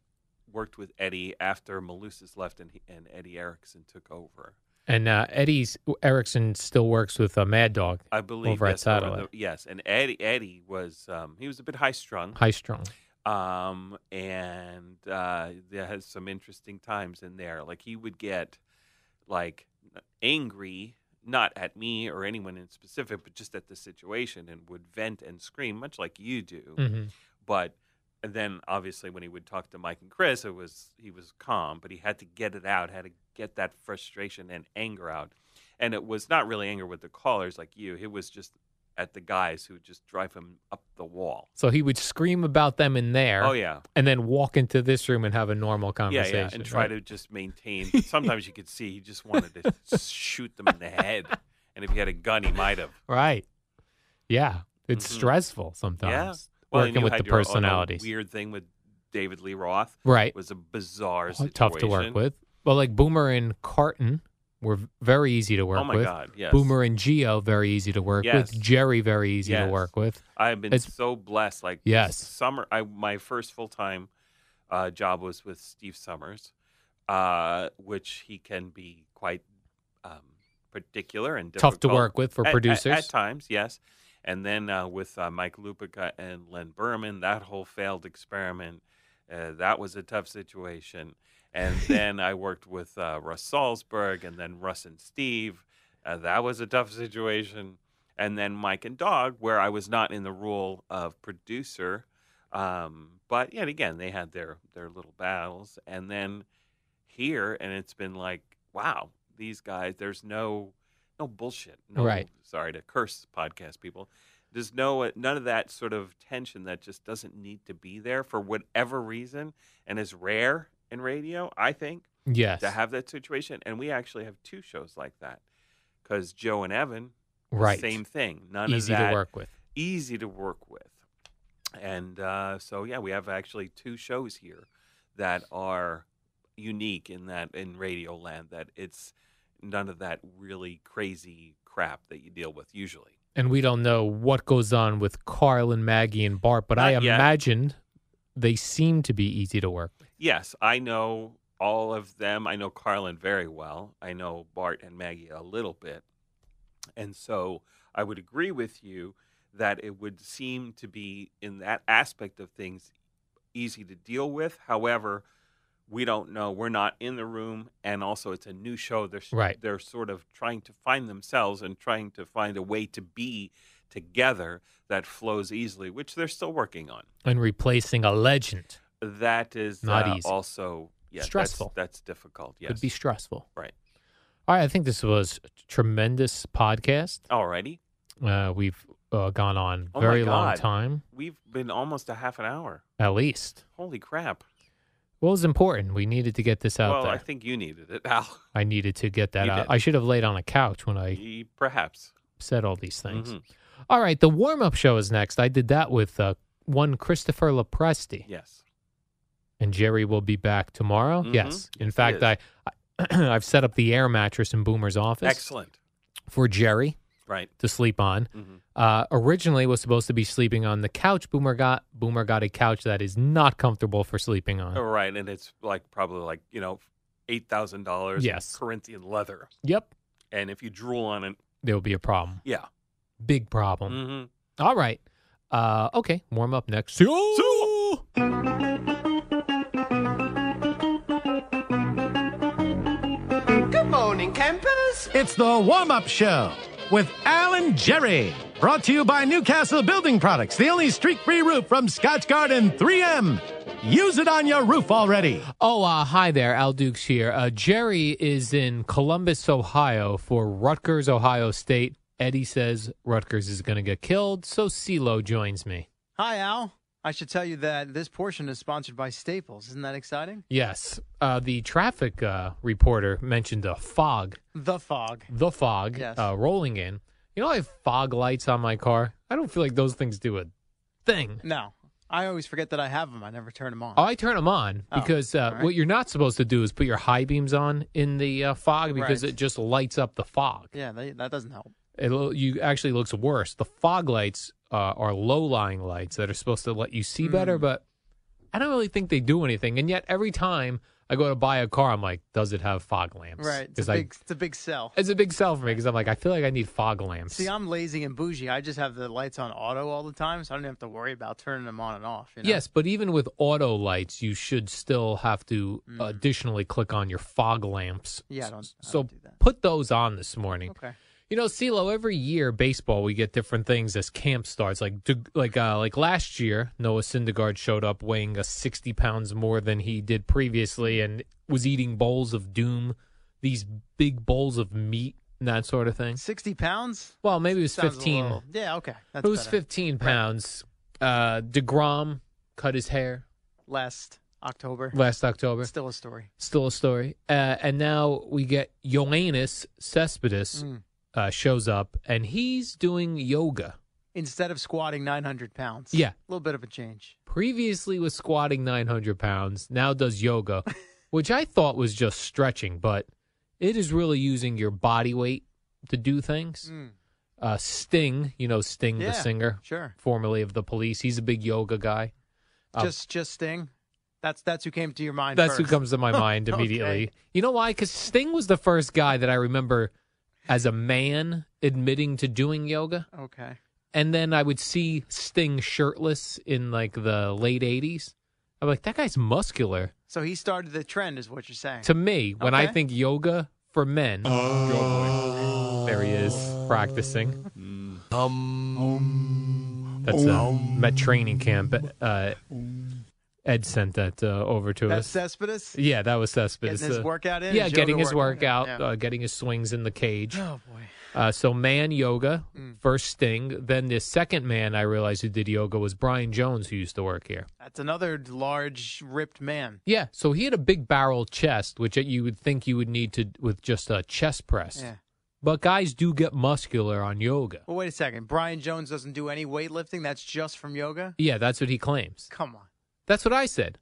[SPEAKER 4] worked with Eddie after Malusis left and, he, and Eddie Erickson took over.
[SPEAKER 3] And uh, Eddie's Erickson still works with uh, Mad Dog,
[SPEAKER 4] I believe
[SPEAKER 3] Over at
[SPEAKER 4] yes, over
[SPEAKER 3] Satellite.
[SPEAKER 4] the- yes, and Eddie Eddie was um, he was a bit high strung.
[SPEAKER 3] High Strong.
[SPEAKER 4] um, and uh, there has some interesting times in there. Like he would get like angry, not at me or anyone in specific, but just at the situation, and would vent and scream, much like you do.
[SPEAKER 3] hmm
[SPEAKER 4] But and then obviously when he would talk to Mike and Chris, it was he was calm, but he had to get it out, had to get that frustration and anger out. And it was not really anger with the callers like you. It was just at the guys who would just drive him up the wall.
[SPEAKER 3] So he would scream about them in there.
[SPEAKER 4] Oh yeah.
[SPEAKER 3] And then walk into this room and have a normal
[SPEAKER 4] Yeah,
[SPEAKER 3] conversation.
[SPEAKER 4] yeah, and try
[SPEAKER 3] right?
[SPEAKER 4] to just maintain. Sometimes you could see he just wanted to s- shoot them in the head, and if he had a gun, he might have.
[SPEAKER 3] Right. Yeah. It's
[SPEAKER 4] Mhm.
[SPEAKER 3] stressful sometimes.
[SPEAKER 4] Well, and
[SPEAKER 3] working
[SPEAKER 4] you
[SPEAKER 3] with
[SPEAKER 4] had
[SPEAKER 3] the
[SPEAKER 4] your own- a
[SPEAKER 3] personalities.
[SPEAKER 4] Weird thing with David Lee Roth
[SPEAKER 3] Right.
[SPEAKER 4] was a bizarre,
[SPEAKER 3] Oh, Tough to work
[SPEAKER 4] situation.
[SPEAKER 3] with. Well, like Boomer and Carton were v- very easy to work
[SPEAKER 4] Oh my
[SPEAKER 3] with.
[SPEAKER 4] God! Yes,
[SPEAKER 3] Boomer and Geo, very easy to work
[SPEAKER 4] Yes.
[SPEAKER 3] with. Jerry, very easy to
[SPEAKER 4] Yes.
[SPEAKER 3] work with.
[SPEAKER 4] I've been
[SPEAKER 3] It's-
[SPEAKER 4] so blessed. Like this
[SPEAKER 3] Yes.
[SPEAKER 4] summer. I my first full time uh, job was with Steve Summers, uh, which he can be quite um, particular and
[SPEAKER 3] Tough to
[SPEAKER 4] difficult.
[SPEAKER 3] work with for
[SPEAKER 4] At- at-
[SPEAKER 3] producers.
[SPEAKER 4] at, times, yes. And then uh, with uh, Mike Lupica and Len Berman, that whole failed experiment, uh, that was a tough situation. And then I worked with uh, Russ Salzberg, and then Russ and Steve, uh, that was a tough situation. And then Mike and Dog, where I was not in the role of producer, um, but yet again they had their their little battles. And then here, and it's been like, wow, these guys. There's no no bullshit. No,
[SPEAKER 3] Right.
[SPEAKER 4] Sorry to curse podcast people. There's no none of that sort of tension that just doesn't need to be there for whatever reason, and is rare in radio. I think
[SPEAKER 3] Yes.
[SPEAKER 4] to have that situation, and we actually have two shows like that because Joe and Evan,
[SPEAKER 3] right.
[SPEAKER 4] same thing. None
[SPEAKER 3] easy
[SPEAKER 4] of that
[SPEAKER 3] to work with.
[SPEAKER 4] easy to work with. And uh, so, yeah, we have actually two shows here that are unique in that in radio land that it's none of that really crazy crap that you deal with usually.
[SPEAKER 3] And we don't know what goes on with Carl and Maggie and Bart, but I
[SPEAKER 4] Not yet.
[SPEAKER 3] imagine they seem to be easy to work with.
[SPEAKER 4] Yes, I know all of them. I know Carlin very well. I know Bart and Maggie a little bit. And so I would agree with you that it would seem to be in that aspect of things easy to deal with. However, we don't know. We're not in the room, and also it's a new show. They're
[SPEAKER 3] Right.
[SPEAKER 4] they're sort of trying to find themselves and trying to find a way to be together that flows easily, which they're still working on
[SPEAKER 3] And replacing a legend
[SPEAKER 4] that is
[SPEAKER 3] Not
[SPEAKER 4] uh,
[SPEAKER 3] easy.
[SPEAKER 4] also yeah, that's-
[SPEAKER 3] Stressful.
[SPEAKER 4] That's, difficult. Yes.
[SPEAKER 3] could be stressful.
[SPEAKER 4] right.
[SPEAKER 3] All right. I think this was a tremendous podcast.
[SPEAKER 4] Alrighty.
[SPEAKER 3] Uh, we've uh, gone on
[SPEAKER 4] Oh my
[SPEAKER 3] very long
[SPEAKER 4] God.
[SPEAKER 3] time,
[SPEAKER 4] We've been almost a half an hour.
[SPEAKER 3] at least.
[SPEAKER 4] Holy crap.
[SPEAKER 3] Well, it was important. We needed to get this out
[SPEAKER 4] well,
[SPEAKER 3] there.
[SPEAKER 4] I think you needed it, Al.
[SPEAKER 3] I needed to get that
[SPEAKER 4] You
[SPEAKER 3] out.
[SPEAKER 4] did.
[SPEAKER 3] I should have laid on a couch when I
[SPEAKER 4] Ye- Perhaps.
[SPEAKER 3] said all these things.
[SPEAKER 4] Mhm.
[SPEAKER 3] All right, the warm up show is next. I did that with uh, one Christopher Lopresti,
[SPEAKER 4] Yes.
[SPEAKER 3] and Jerry will be back tomorrow.
[SPEAKER 4] Mhm.
[SPEAKER 3] Yes, in
[SPEAKER 4] Yes, he
[SPEAKER 3] fact,
[SPEAKER 4] is.
[SPEAKER 3] I, I I've set up the air mattress in Boomer's office
[SPEAKER 4] Excellent.
[SPEAKER 3] for Jerry.
[SPEAKER 4] Right.
[SPEAKER 3] to sleep on.
[SPEAKER 4] Mm-hmm.
[SPEAKER 3] Uh, originally was supposed to be sleeping on the couch Boomer got. Boomer got a couch that is not comfortable for sleeping on.
[SPEAKER 4] Oh, right. And it's like probably like, you know, $8,000 in
[SPEAKER 3] Yes.
[SPEAKER 4] Corinthian leather.
[SPEAKER 3] Yep,
[SPEAKER 4] And if you drool on it,
[SPEAKER 3] there will be a problem.
[SPEAKER 4] yeah.
[SPEAKER 3] Big problem.
[SPEAKER 4] Mm-hmm.
[SPEAKER 3] All right. Uh, okay, warm up next. Seal!
[SPEAKER 5] Good morning, campers. It's the warm up show with Alan Jerry. Brought to you by Newcastle Building Products, the only streak free roof from Scotch Garden 3M. Use it on your roof already.
[SPEAKER 3] Oh, uh, hi there. Al Dukes here. Uh, Jerry is in Columbus, Ohio for Rutgers, Ohio State. Eddie says Rutgers is going to get killed, so CeeLo joins me.
[SPEAKER 6] Hi, Al. I should tell you that this portion is sponsored by Staples. Isn't that exciting?
[SPEAKER 3] Yes. Uh, the traffic uh, reporter mentioned a fog,
[SPEAKER 6] The fog.
[SPEAKER 3] the fog
[SPEAKER 6] Yes.
[SPEAKER 3] uh, rolling in. You know, I have fog lights on my car. I don't feel like those things do a thing.
[SPEAKER 6] No, I always forget that I have them. I never turn them on.
[SPEAKER 3] Oh, I turn them on
[SPEAKER 6] Oh,
[SPEAKER 3] because uh,
[SPEAKER 6] all right.
[SPEAKER 3] what you're not supposed to do is put your high beams on in the uh, fog because
[SPEAKER 6] Right.
[SPEAKER 3] it just lights up the fog.
[SPEAKER 6] yeah, they, that doesn't help.
[SPEAKER 3] it lo- you actually looks worse. The fog lights uh, are low lying lights that are supposed to let you see
[SPEAKER 6] Mm.
[SPEAKER 3] better, but I don't really think they do anything. And yet, every time I go to buy a car, I'm like, does it have fog lamps?
[SPEAKER 6] Right. It's
[SPEAKER 3] 'Cause
[SPEAKER 6] a
[SPEAKER 3] I-
[SPEAKER 6] big, it's a big sell.
[SPEAKER 3] it's a big sell for me because I'm like, I feel like I need fog lamps.
[SPEAKER 6] See, I'm lazy and bougie. I just have the lights on auto all the time, so I don't have to worry about turning them on and off. You know?
[SPEAKER 3] Yes, but even with auto lights, you should still have to additionally click on your fog lamps.
[SPEAKER 6] Mm. Yeah, I don't- I
[SPEAKER 3] so
[SPEAKER 6] don't do that.
[SPEAKER 3] put those on this morning.
[SPEAKER 6] Okay.
[SPEAKER 3] You know, CeeLo, every year baseball we get different things as camp starts. Like Dug- like uh, like last year, Noah Syndergaard showed up weighing uh, sixty pounds more than he did previously and was eating bowls of doom, these big bowls of meat and that sort of thing.
[SPEAKER 6] Sixty pounds.
[SPEAKER 3] Well, maybe it was
[SPEAKER 6] Sounds a
[SPEAKER 3] fifteen.
[SPEAKER 6] little- yeah. Okay. That's
[SPEAKER 3] it was
[SPEAKER 6] better.
[SPEAKER 3] fifteen pounds. Uh, Degrom cut his hair
[SPEAKER 6] Last October.
[SPEAKER 3] last October.
[SPEAKER 6] Still a story.
[SPEAKER 3] Still a story. Uh, and now we get Ioannis Cespedes
[SPEAKER 6] Mm.
[SPEAKER 3] uh, shows up and he's doing yoga.
[SPEAKER 6] Instead of squatting 900 pounds.
[SPEAKER 3] Yeah.
[SPEAKER 6] A little bit of a change.
[SPEAKER 3] previously was squatting 900 pounds, now does yoga, which I thought was just stretching, but it is really using your body weight to do things. Uh, Sting, you know, Sting
[SPEAKER 6] Mm. Yeah,
[SPEAKER 3] Mm, the singer,
[SPEAKER 6] Sure.
[SPEAKER 3] formerly of the police, he's a big yoga guy. Uh,
[SPEAKER 6] just, just Sting. That's that's who came to your mind.
[SPEAKER 3] That's who
[SPEAKER 6] first.
[SPEAKER 3] comes to my mind
[SPEAKER 6] Okay.
[SPEAKER 3] immediately. You know why? Because Sting was the first guy that I remember as a man admitting to doing yoga.
[SPEAKER 6] Okay.
[SPEAKER 3] And then I would see Sting shirtless in like the late 80s. I'm like, that guy's muscular.
[SPEAKER 6] So he started the trend, is what you're saying.
[SPEAKER 3] to me when I
[SPEAKER 6] Okay.
[SPEAKER 3] think yoga for men. There he is practicing. That's uh, met training camp. Uh, Ed sent that uh, over to
[SPEAKER 6] That's
[SPEAKER 3] us.
[SPEAKER 6] Cespedes.
[SPEAKER 3] yeah, that was Cespedes.
[SPEAKER 6] Getting his
[SPEAKER 3] uh,
[SPEAKER 6] workout in,
[SPEAKER 3] Yeah,
[SPEAKER 6] his
[SPEAKER 3] getting
[SPEAKER 6] yoga
[SPEAKER 3] his
[SPEAKER 6] workout
[SPEAKER 3] workout,
[SPEAKER 6] in,
[SPEAKER 3] uh, getting his swings in the cage.
[SPEAKER 6] Oh boy.
[SPEAKER 3] Uh, so man yoga,
[SPEAKER 6] Mm.
[SPEAKER 3] first Sting. Then the second man I realized who did yoga was Brian Jones, who used to work here.
[SPEAKER 6] That's another large, ripped man.
[SPEAKER 3] Yeah, so he had a big barrel chest, which you would think you would need to with just a chest press.
[SPEAKER 6] Yeah.
[SPEAKER 3] But guys do get muscular on yoga.
[SPEAKER 6] Well, wait a second. Brian Jones doesn't do any weightlifting. That's just from yoga.
[SPEAKER 3] Yeah, that's what he claims.
[SPEAKER 6] Come on.
[SPEAKER 3] That's what I said.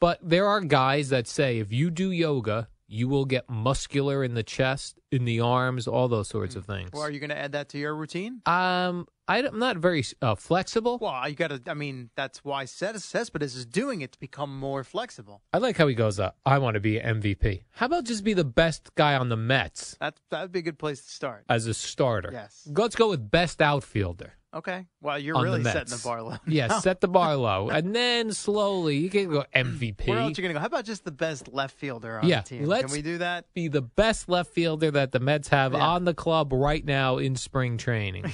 [SPEAKER 3] But there are guys that say if you do yoga, you will get muscular in the chest, in the arms, all those sorts of things.
[SPEAKER 6] Mm. Well, are you going to add that to your routine?
[SPEAKER 3] Um, I, am not very uh, flexible.
[SPEAKER 6] Well, you got to. I mean, that's why Ces- Cespedes is doing it to become more flexible.
[SPEAKER 3] I like how he goes. Uh, I want to be MVP. How about just be the best guy on the Mets
[SPEAKER 6] That that would be a good place to start.
[SPEAKER 3] as a starter?
[SPEAKER 6] Yes.
[SPEAKER 3] Let's go with best outfielder.
[SPEAKER 6] Okay. Well, you're
[SPEAKER 3] on
[SPEAKER 6] really
[SPEAKER 3] the
[SPEAKER 6] setting the
[SPEAKER 3] Mets.
[SPEAKER 6] bar low.
[SPEAKER 3] Yeah,
[SPEAKER 6] now.
[SPEAKER 3] set the bar low, and then slowly you can go MVP.
[SPEAKER 6] Where else are you going to go? How about just the best left fielder on
[SPEAKER 3] Yeah,
[SPEAKER 6] the team?
[SPEAKER 3] let's-
[SPEAKER 6] Can we do that?
[SPEAKER 3] Be the best left fielder that the Mets have
[SPEAKER 6] Yeah.
[SPEAKER 3] on the club right now in spring training.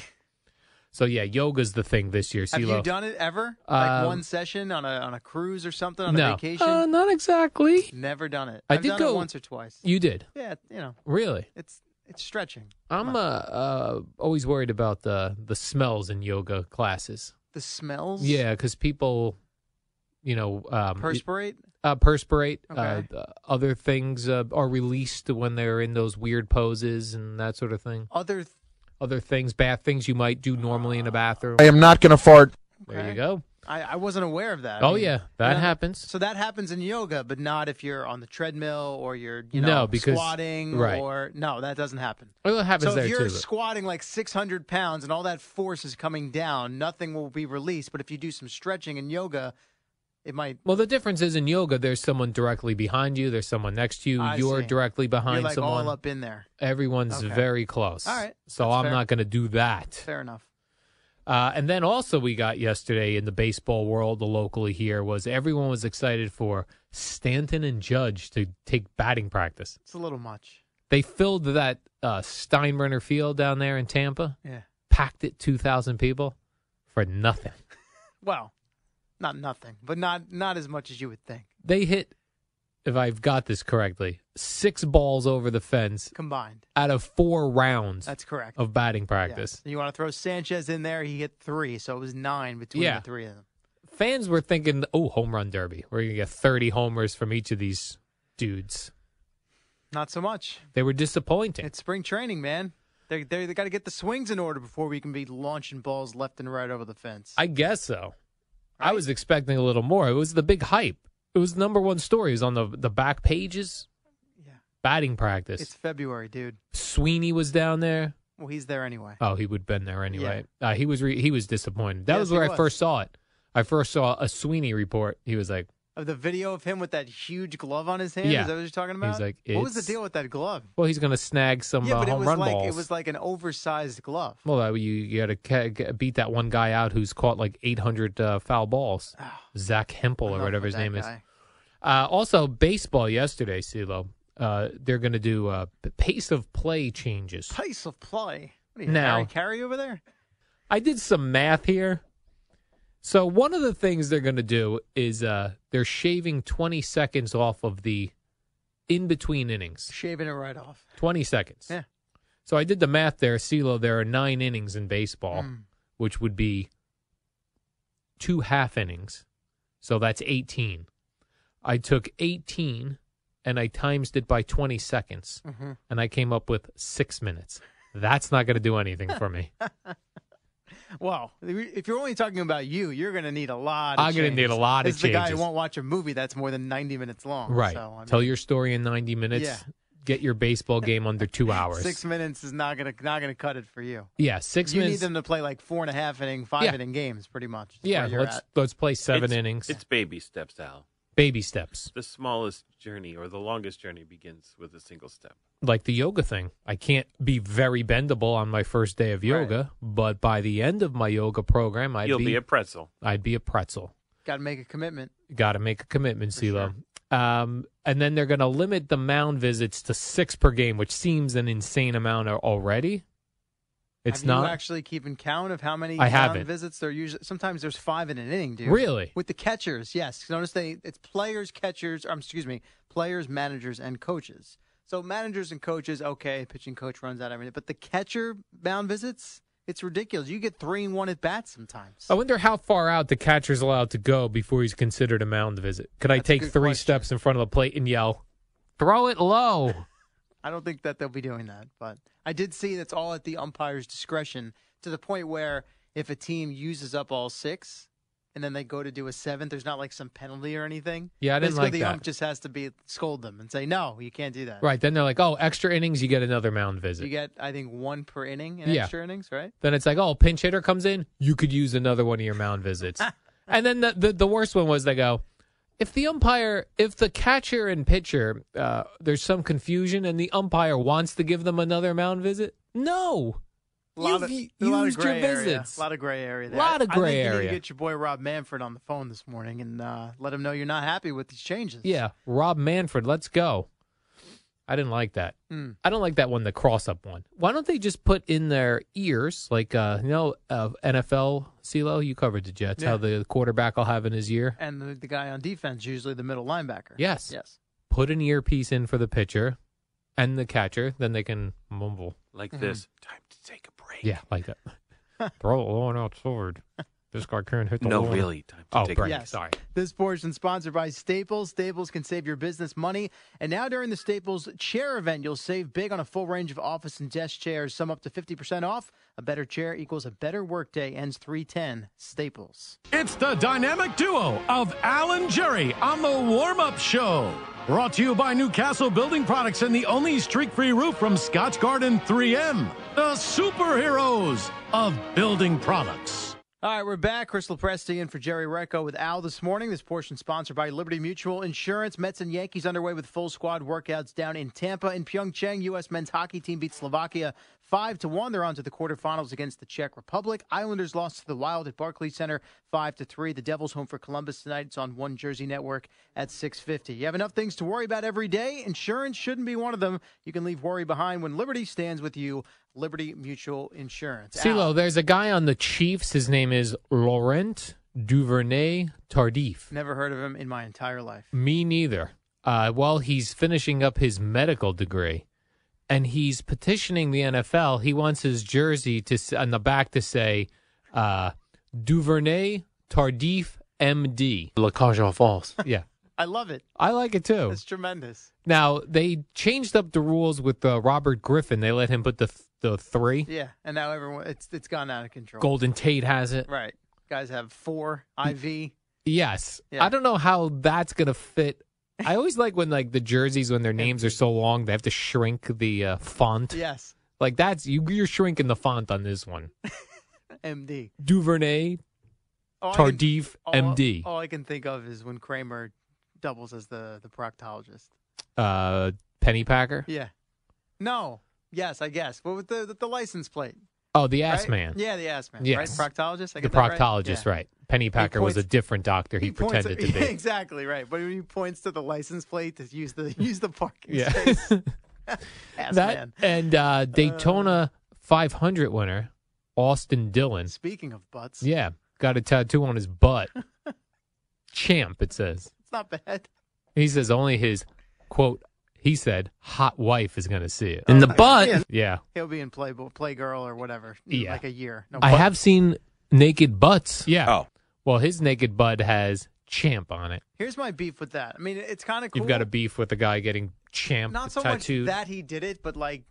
[SPEAKER 3] so yeah, yoga's the thing this year.
[SPEAKER 6] Have
[SPEAKER 3] CeeLo.
[SPEAKER 6] you done it ever? Like
[SPEAKER 3] Um,
[SPEAKER 6] one session on a on a cruise or something on
[SPEAKER 3] no,
[SPEAKER 6] a vacation?
[SPEAKER 3] Uh, not exactly.
[SPEAKER 6] Never done it.
[SPEAKER 3] I
[SPEAKER 6] I've
[SPEAKER 3] did
[SPEAKER 6] done
[SPEAKER 3] go-
[SPEAKER 6] it once or twice.
[SPEAKER 3] You did
[SPEAKER 6] Yeah, you know,
[SPEAKER 3] really.
[SPEAKER 6] it's it's stretching.
[SPEAKER 3] I'm uh, uh, always worried about the the smells in yoga classes.
[SPEAKER 6] The smells.
[SPEAKER 3] Yeah, because people, you know, um,
[SPEAKER 6] Perspirate.
[SPEAKER 3] uh, perspirate. Uh,
[SPEAKER 6] Okay.
[SPEAKER 3] th- other things uh, are released when they're in those weird poses and that sort of thing.
[SPEAKER 6] Other. Th-
[SPEAKER 3] Other things, bad things you might do normally in a bathroom.
[SPEAKER 7] I am not going to fart.
[SPEAKER 3] There you go.
[SPEAKER 6] I, I wasn't aware of that. I
[SPEAKER 3] Oh
[SPEAKER 6] mean,
[SPEAKER 3] yeah, that
[SPEAKER 6] yeah.
[SPEAKER 3] happens.
[SPEAKER 6] So that happens in yoga, but not if you're on the treadmill or you're you
[SPEAKER 3] No,
[SPEAKER 6] know
[SPEAKER 3] because-
[SPEAKER 6] squatting
[SPEAKER 3] right.
[SPEAKER 6] or no, that doesn't happen.
[SPEAKER 3] Well, it happens
[SPEAKER 6] so
[SPEAKER 3] there
[SPEAKER 6] if you're
[SPEAKER 3] too. but-
[SPEAKER 6] squatting like 600 pounds and all that force is coming down, nothing will be released. But if you do some stretching and yoga, it might.
[SPEAKER 3] Well, the difference is in yoga, there's someone directly behind you, there's someone next to you,
[SPEAKER 6] I
[SPEAKER 3] you're
[SPEAKER 6] see.
[SPEAKER 3] directly behind
[SPEAKER 6] You're like
[SPEAKER 3] someone.
[SPEAKER 6] all up in there.
[SPEAKER 3] Everyone's
[SPEAKER 6] Okay.
[SPEAKER 3] very close.
[SPEAKER 6] All right.
[SPEAKER 3] So
[SPEAKER 6] That's
[SPEAKER 3] I'm
[SPEAKER 6] fair.
[SPEAKER 3] not going to do that.
[SPEAKER 6] Fair enough.
[SPEAKER 3] Uh, and then also, we got yesterday in the baseball world, the locally here, was everyone was excited for Stanton and Judge to take batting practice.
[SPEAKER 6] It's a little much.
[SPEAKER 3] They filled that uh, Steinbrenner field down there in Tampa,
[SPEAKER 6] Yeah.
[SPEAKER 3] packed it 2,000 people for nothing.
[SPEAKER 6] Well, not nothing, but not not as much as you would think
[SPEAKER 3] They hit, if I've got this correctly, six balls over the fence
[SPEAKER 6] combined.
[SPEAKER 3] out of four rounds
[SPEAKER 6] That's correct.
[SPEAKER 3] of batting
[SPEAKER 6] Yeah.
[SPEAKER 3] practice.
[SPEAKER 6] You want to throw Sanchez in there? He hit three, so it was nine between
[SPEAKER 3] Yeah.
[SPEAKER 6] the three of them.
[SPEAKER 3] Fans were thinking, oh, home run derby. We're going to get 30 homers from each of these dudes.
[SPEAKER 6] Not so much.
[SPEAKER 3] They were disappointing.
[SPEAKER 6] It's spring training, man. They they got to get the swings in order before we can be launching balls left and right over the fence.
[SPEAKER 3] I guess so. I was expecting a little more. It was the big hype. It was number one story. It was on the, the back pages.
[SPEAKER 6] Yeah.
[SPEAKER 3] Batting practice.
[SPEAKER 6] It's February, dude.
[SPEAKER 3] Sweeney was down there.
[SPEAKER 6] Well, he's there anyway.
[SPEAKER 3] Oh, he would have been there anyway. Uh, he was re- he was disappointed. That
[SPEAKER 6] Yes,
[SPEAKER 3] was where
[SPEAKER 6] he
[SPEAKER 3] I
[SPEAKER 6] was.
[SPEAKER 3] first saw it. I first saw a Sweeney report. He was like,
[SPEAKER 6] Of Uh, the video of him with that huge glove on his hand.
[SPEAKER 3] Yeah.
[SPEAKER 6] Is that what you're talking about?
[SPEAKER 3] like,
[SPEAKER 6] what was the
[SPEAKER 3] it's-
[SPEAKER 6] deal with that glove?
[SPEAKER 3] "Well, he's going to snag some
[SPEAKER 6] yeah,
[SPEAKER 3] uh,
[SPEAKER 6] but it
[SPEAKER 3] home
[SPEAKER 6] was
[SPEAKER 3] run
[SPEAKER 6] like
[SPEAKER 3] balls."
[SPEAKER 6] it was like an oversized glove.
[SPEAKER 3] Well, uh, you, you got to beat that one guy out who's caught like 800 uh, foul balls. Zach Hempel or
[SPEAKER 6] Enough
[SPEAKER 3] whatever his
[SPEAKER 6] with Oh. Ah, that
[SPEAKER 3] name is.
[SPEAKER 6] guy.
[SPEAKER 3] Uh, also, baseball yesterday, CeeLo, uh, they're going to do uh, p- pace of play changes.
[SPEAKER 6] Pace of play. What are you,
[SPEAKER 3] Now-
[SPEAKER 6] Harry Carey over there?
[SPEAKER 3] I did some math here. So one of the things they're going to do is uh, they're shaving 20 seconds off of the in between innings.
[SPEAKER 6] Shaving it right off.
[SPEAKER 3] 20 seconds.
[SPEAKER 6] Yeah.
[SPEAKER 3] So I did the math there, CeeLo. There are nine innings in baseball,
[SPEAKER 6] Hmm.
[SPEAKER 3] which would be two half innings. So that's 18. I took 18 and I timesed it by 20 seconds,
[SPEAKER 6] Mm-hmm.
[SPEAKER 3] and I came up with six minutes. That's not going to do anything for me.
[SPEAKER 6] Well, if you're only talking about you, you're going to need a lot. Of
[SPEAKER 3] I'm gonna need
[SPEAKER 6] changes.
[SPEAKER 3] a lot of
[SPEAKER 6] This is the guy who
[SPEAKER 3] changes.
[SPEAKER 6] won't watch a movie that's more than 90 minutes long.
[SPEAKER 3] Right.
[SPEAKER 6] Oh, So, I mean,
[SPEAKER 3] Tell your story in 90 minutes.
[SPEAKER 6] Yeah.
[SPEAKER 3] Get your baseball game under two hours.
[SPEAKER 6] six minutes is not going to not going to cut it for you.
[SPEAKER 3] yeah, six
[SPEAKER 6] you
[SPEAKER 3] minutes.
[SPEAKER 6] need them to play like four and a half inning, five
[SPEAKER 3] Yeah.
[SPEAKER 6] inning games, pretty much. is
[SPEAKER 3] yeah,
[SPEAKER 6] where you're
[SPEAKER 3] let's
[SPEAKER 6] at.
[SPEAKER 3] let's play seven
[SPEAKER 4] It's-
[SPEAKER 3] innings.
[SPEAKER 4] It's baby steps, Al.
[SPEAKER 3] Baby steps,
[SPEAKER 4] The smallest journey or the longest journey begins with a single step.
[SPEAKER 3] like the yoga thing. I can't be very bendable on my first day of yoga, but by the end of my yoga program, I'd
[SPEAKER 4] You'll be,
[SPEAKER 3] be,
[SPEAKER 4] a pretzel.
[SPEAKER 3] I'd be a pretzel.
[SPEAKER 6] Got to make a commitment.
[SPEAKER 3] Got to make a commitment,
[SPEAKER 6] For
[SPEAKER 3] CeeLo. Um, and then they're going to limit the mound visits to six per game, which seems an insane amount al- already. It's
[SPEAKER 6] Have
[SPEAKER 3] not
[SPEAKER 6] you actually keeping count of how many
[SPEAKER 3] I
[SPEAKER 6] mound
[SPEAKER 3] haven't.
[SPEAKER 6] visits there usually. Sometimes there's five in an inning, dude.
[SPEAKER 3] Really?
[SPEAKER 6] With the catchers, yes. Notice they it's players, catchers. Um, excuse me, players, managers, and coaches. So managers and coaches, okay, pitching coach runs out every minute, but the catcher mound visits, it's ridiculous. You get three and one at bats sometimes.
[SPEAKER 3] I wonder how far out the catcher's allowed to go before he's considered a mound visit. Could I
[SPEAKER 6] That's a
[SPEAKER 3] take
[SPEAKER 6] good
[SPEAKER 3] three
[SPEAKER 6] question.
[SPEAKER 3] steps in front of the plate and yell, "Throw it low"?
[SPEAKER 6] I don't think that they'll be doing that, but I did see that's all at the umpire's discretion to the point where if a team uses up all six and then they go to do a seventh, there's not like some penalty or anything.
[SPEAKER 3] Yeah, I didn't
[SPEAKER 6] Basically,
[SPEAKER 3] like
[SPEAKER 6] the
[SPEAKER 3] that.
[SPEAKER 6] ump just has to be scold them and say, no, you can't do that.
[SPEAKER 3] right then, they're like, "Oh, extra innings, you get another mound
[SPEAKER 6] You
[SPEAKER 3] visit."
[SPEAKER 6] get, I think, one per inning in
[SPEAKER 3] Yeah.
[SPEAKER 6] extra innings, right?
[SPEAKER 3] then it's like, "Oh, pinch hitter comes in, you could use another one of your mound visits." and then the, the the worst one was they go, "If the umpire, if the catcher and pitcher, uh, there's some confusion, and the umpire wants to give them another mound visit, no."
[SPEAKER 6] A lot
[SPEAKER 3] You've
[SPEAKER 6] of,
[SPEAKER 3] u-
[SPEAKER 6] a lot of
[SPEAKER 3] used your
[SPEAKER 6] gray area.
[SPEAKER 3] visits.
[SPEAKER 6] A lot of gray area. There.
[SPEAKER 3] Lot of
[SPEAKER 6] I- I think
[SPEAKER 3] gray
[SPEAKER 6] you need
[SPEAKER 3] area.
[SPEAKER 6] to get your boy Rob Manfred on the phone this morning and uh, let him know you're not happy with these changes.
[SPEAKER 3] Yeah, Rob Manfred, let's go. I didn't like that.
[SPEAKER 6] Mm.
[SPEAKER 3] I don't like that one, the cross up one. Why don't they just put in their ears, like uh, you know, uh, NFL, CeeLo, you covered the Jets, how
[SPEAKER 6] Yeah.
[SPEAKER 3] the quarterback will have in his ear.
[SPEAKER 6] And the, the guy on defense, usually the middle linebacker.
[SPEAKER 3] Yes.
[SPEAKER 6] Yes.
[SPEAKER 3] Put an earpiece in for the pitcher and the catcher, then they can mumble. Mm-hmm.
[SPEAKER 4] Like this. Time to take a break.
[SPEAKER 3] Yeah, like that. Throw it low and outside. Discard current hit the
[SPEAKER 4] No,
[SPEAKER 3] wall.
[SPEAKER 4] really. Time to
[SPEAKER 3] Oh,
[SPEAKER 4] take
[SPEAKER 3] break.
[SPEAKER 6] Yes.
[SPEAKER 3] Sorry.
[SPEAKER 6] This portion sponsored by Staples. Staples can save your business money. And now during the Staples chair event, you'll save big on a full range of office and desk chairs, some up to 50% off. A better chair equals a better workday. Ends 310. Staples.
[SPEAKER 5] It's the dynamic duo of Alan Jerry on the warm up show. Brought to you by Newcastle Building Products and the only streak free roof from Scotch Garden 3M, the superheroes of building products.
[SPEAKER 6] All right, we're back. Crystal Presti in for Jerry Recco with Al this morning. This portion sponsored by Liberty Mutual Insurance. Mets and Yankees underway with full squad workouts down in Tampa. In Pyeongchang, U.S. men's hockey team beat Slovakia 5 to 1. They're on to the quarterfinals against the Czech Republic. Islanders lost to the Wild at Barclays Center 5 to 3. The Devils home for Columbus tonight. It's on One Jersey Network at 650. You have enough things to worry about every day. Insurance shouldn't be one of them. You can leave worry behind when Liberty stands with you. Liberty Mutual Insurance. Al.
[SPEAKER 3] CeeLo, there's a guy on the Chiefs. His name is Laurent Duvernay Tardif.
[SPEAKER 6] Never heard of him in my entire life.
[SPEAKER 3] Me neither. Uh, while he's finishing up his medical degree, and he's petitioning the NFL, he wants his jersey to s- on the back to say uh, Duvernay Tardif, M.D. Lacajon Falls. Yeah,
[SPEAKER 6] I love it.
[SPEAKER 3] I like it too.
[SPEAKER 6] It's tremendous.
[SPEAKER 3] Now they changed up the rules with uh, Robert Griffin. They let him put the th- the three.
[SPEAKER 6] Yeah, and now everyone it's it's gone out of control.
[SPEAKER 3] Golden Tate has it.
[SPEAKER 6] Right. Guys have four IV.
[SPEAKER 3] Yes.
[SPEAKER 6] Yeah.
[SPEAKER 3] I don't know how that's gonna fit. I always like when like the jerseys when their names are so long they have to shrink the uh, font.
[SPEAKER 6] Yes.
[SPEAKER 3] Like that's you you're shrinking the font on this one.
[SPEAKER 6] MD.
[SPEAKER 3] Duvernay
[SPEAKER 6] All Oh, I can- oh.
[SPEAKER 3] Tardif
[SPEAKER 6] all-
[SPEAKER 3] MD.
[SPEAKER 6] All I can think of is when Kramer doubles as the the proctologist.
[SPEAKER 3] Uh Penny Packer.
[SPEAKER 6] Yeah. No. Yes, I guess. But with the with the license plate.
[SPEAKER 3] Oh, the ass
[SPEAKER 6] right?
[SPEAKER 3] man.
[SPEAKER 6] Yeah, the ass man.
[SPEAKER 3] Yes.
[SPEAKER 6] Right. Proctologist.
[SPEAKER 3] The
[SPEAKER 6] I get that right?
[SPEAKER 3] proctologist,
[SPEAKER 6] Yeah.
[SPEAKER 3] right. Penny Packer was a
[SPEAKER 6] points-
[SPEAKER 3] different doctor he,
[SPEAKER 6] points-
[SPEAKER 3] pretended to be.
[SPEAKER 6] exactly right. But he points to the license plate to use the use the parking
[SPEAKER 3] Yeah.
[SPEAKER 6] space. Ass
[SPEAKER 3] that
[SPEAKER 6] man.
[SPEAKER 3] and uh, Daytona 500 winner Austin Dillon.
[SPEAKER 6] Speaking of butts,
[SPEAKER 3] Yeah, got a tattoo on his butt. Champ, it says.
[SPEAKER 6] it's not bad.
[SPEAKER 3] He says only his quote. He said, "Hot wife is going to see it."
[SPEAKER 2] In
[SPEAKER 6] Oh,
[SPEAKER 2] the butt.
[SPEAKER 3] yeah,
[SPEAKER 6] He'll be in Playboy, Playgirl, or whatever. in
[SPEAKER 3] Yeah.
[SPEAKER 6] like a year. No,
[SPEAKER 3] I
[SPEAKER 6] but-
[SPEAKER 3] have seen naked butts. Yeah.
[SPEAKER 2] Oh.
[SPEAKER 3] Well, his naked butt has champ on it.
[SPEAKER 6] Here's my beef with that. I mean, it's kind of cool.
[SPEAKER 3] You've got a beef with a guy getting champ
[SPEAKER 6] not so
[SPEAKER 3] tattooed.
[SPEAKER 6] much that he did it, but like,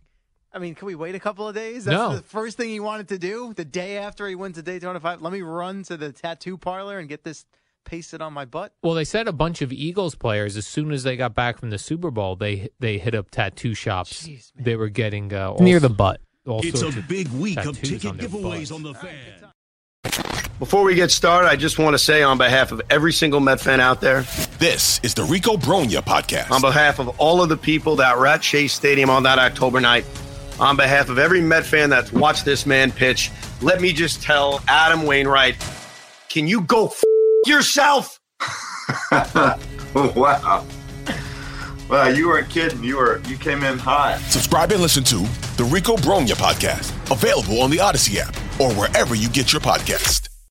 [SPEAKER 6] I mean, can we wait a couple of days? That's
[SPEAKER 3] No.
[SPEAKER 6] the first thing he wanted to do the day after he wins the Daytona 5. Let me run to the tattoo parlor and get this pasted on my butt.
[SPEAKER 3] well, they said a bunch of Eagles players, as soon as they got back from the Super Bowl, they they hit up tattoo shops.
[SPEAKER 6] Jeez, man.
[SPEAKER 3] they were getting uh, near the butt.
[SPEAKER 8] It's a big week of ticket
[SPEAKER 3] giveaways
[SPEAKER 8] on the
[SPEAKER 7] Before we get started, I just want to say on behalf of every single Met fan out there,
[SPEAKER 9] This is the Rico Bronya podcast.
[SPEAKER 7] on behalf of all of the people that were at Chase Stadium on that October night, on behalf of every Met fan that's watched this man pitch, let me just tell Adam Wainwright, can you go f- yourself?
[SPEAKER 10] wow. Wow, you weren't kidding. You were you came in hot.
[SPEAKER 9] Subscribe and listen to the Rico Bronya podcast, available on the Odyssey app or wherever you get your podcast.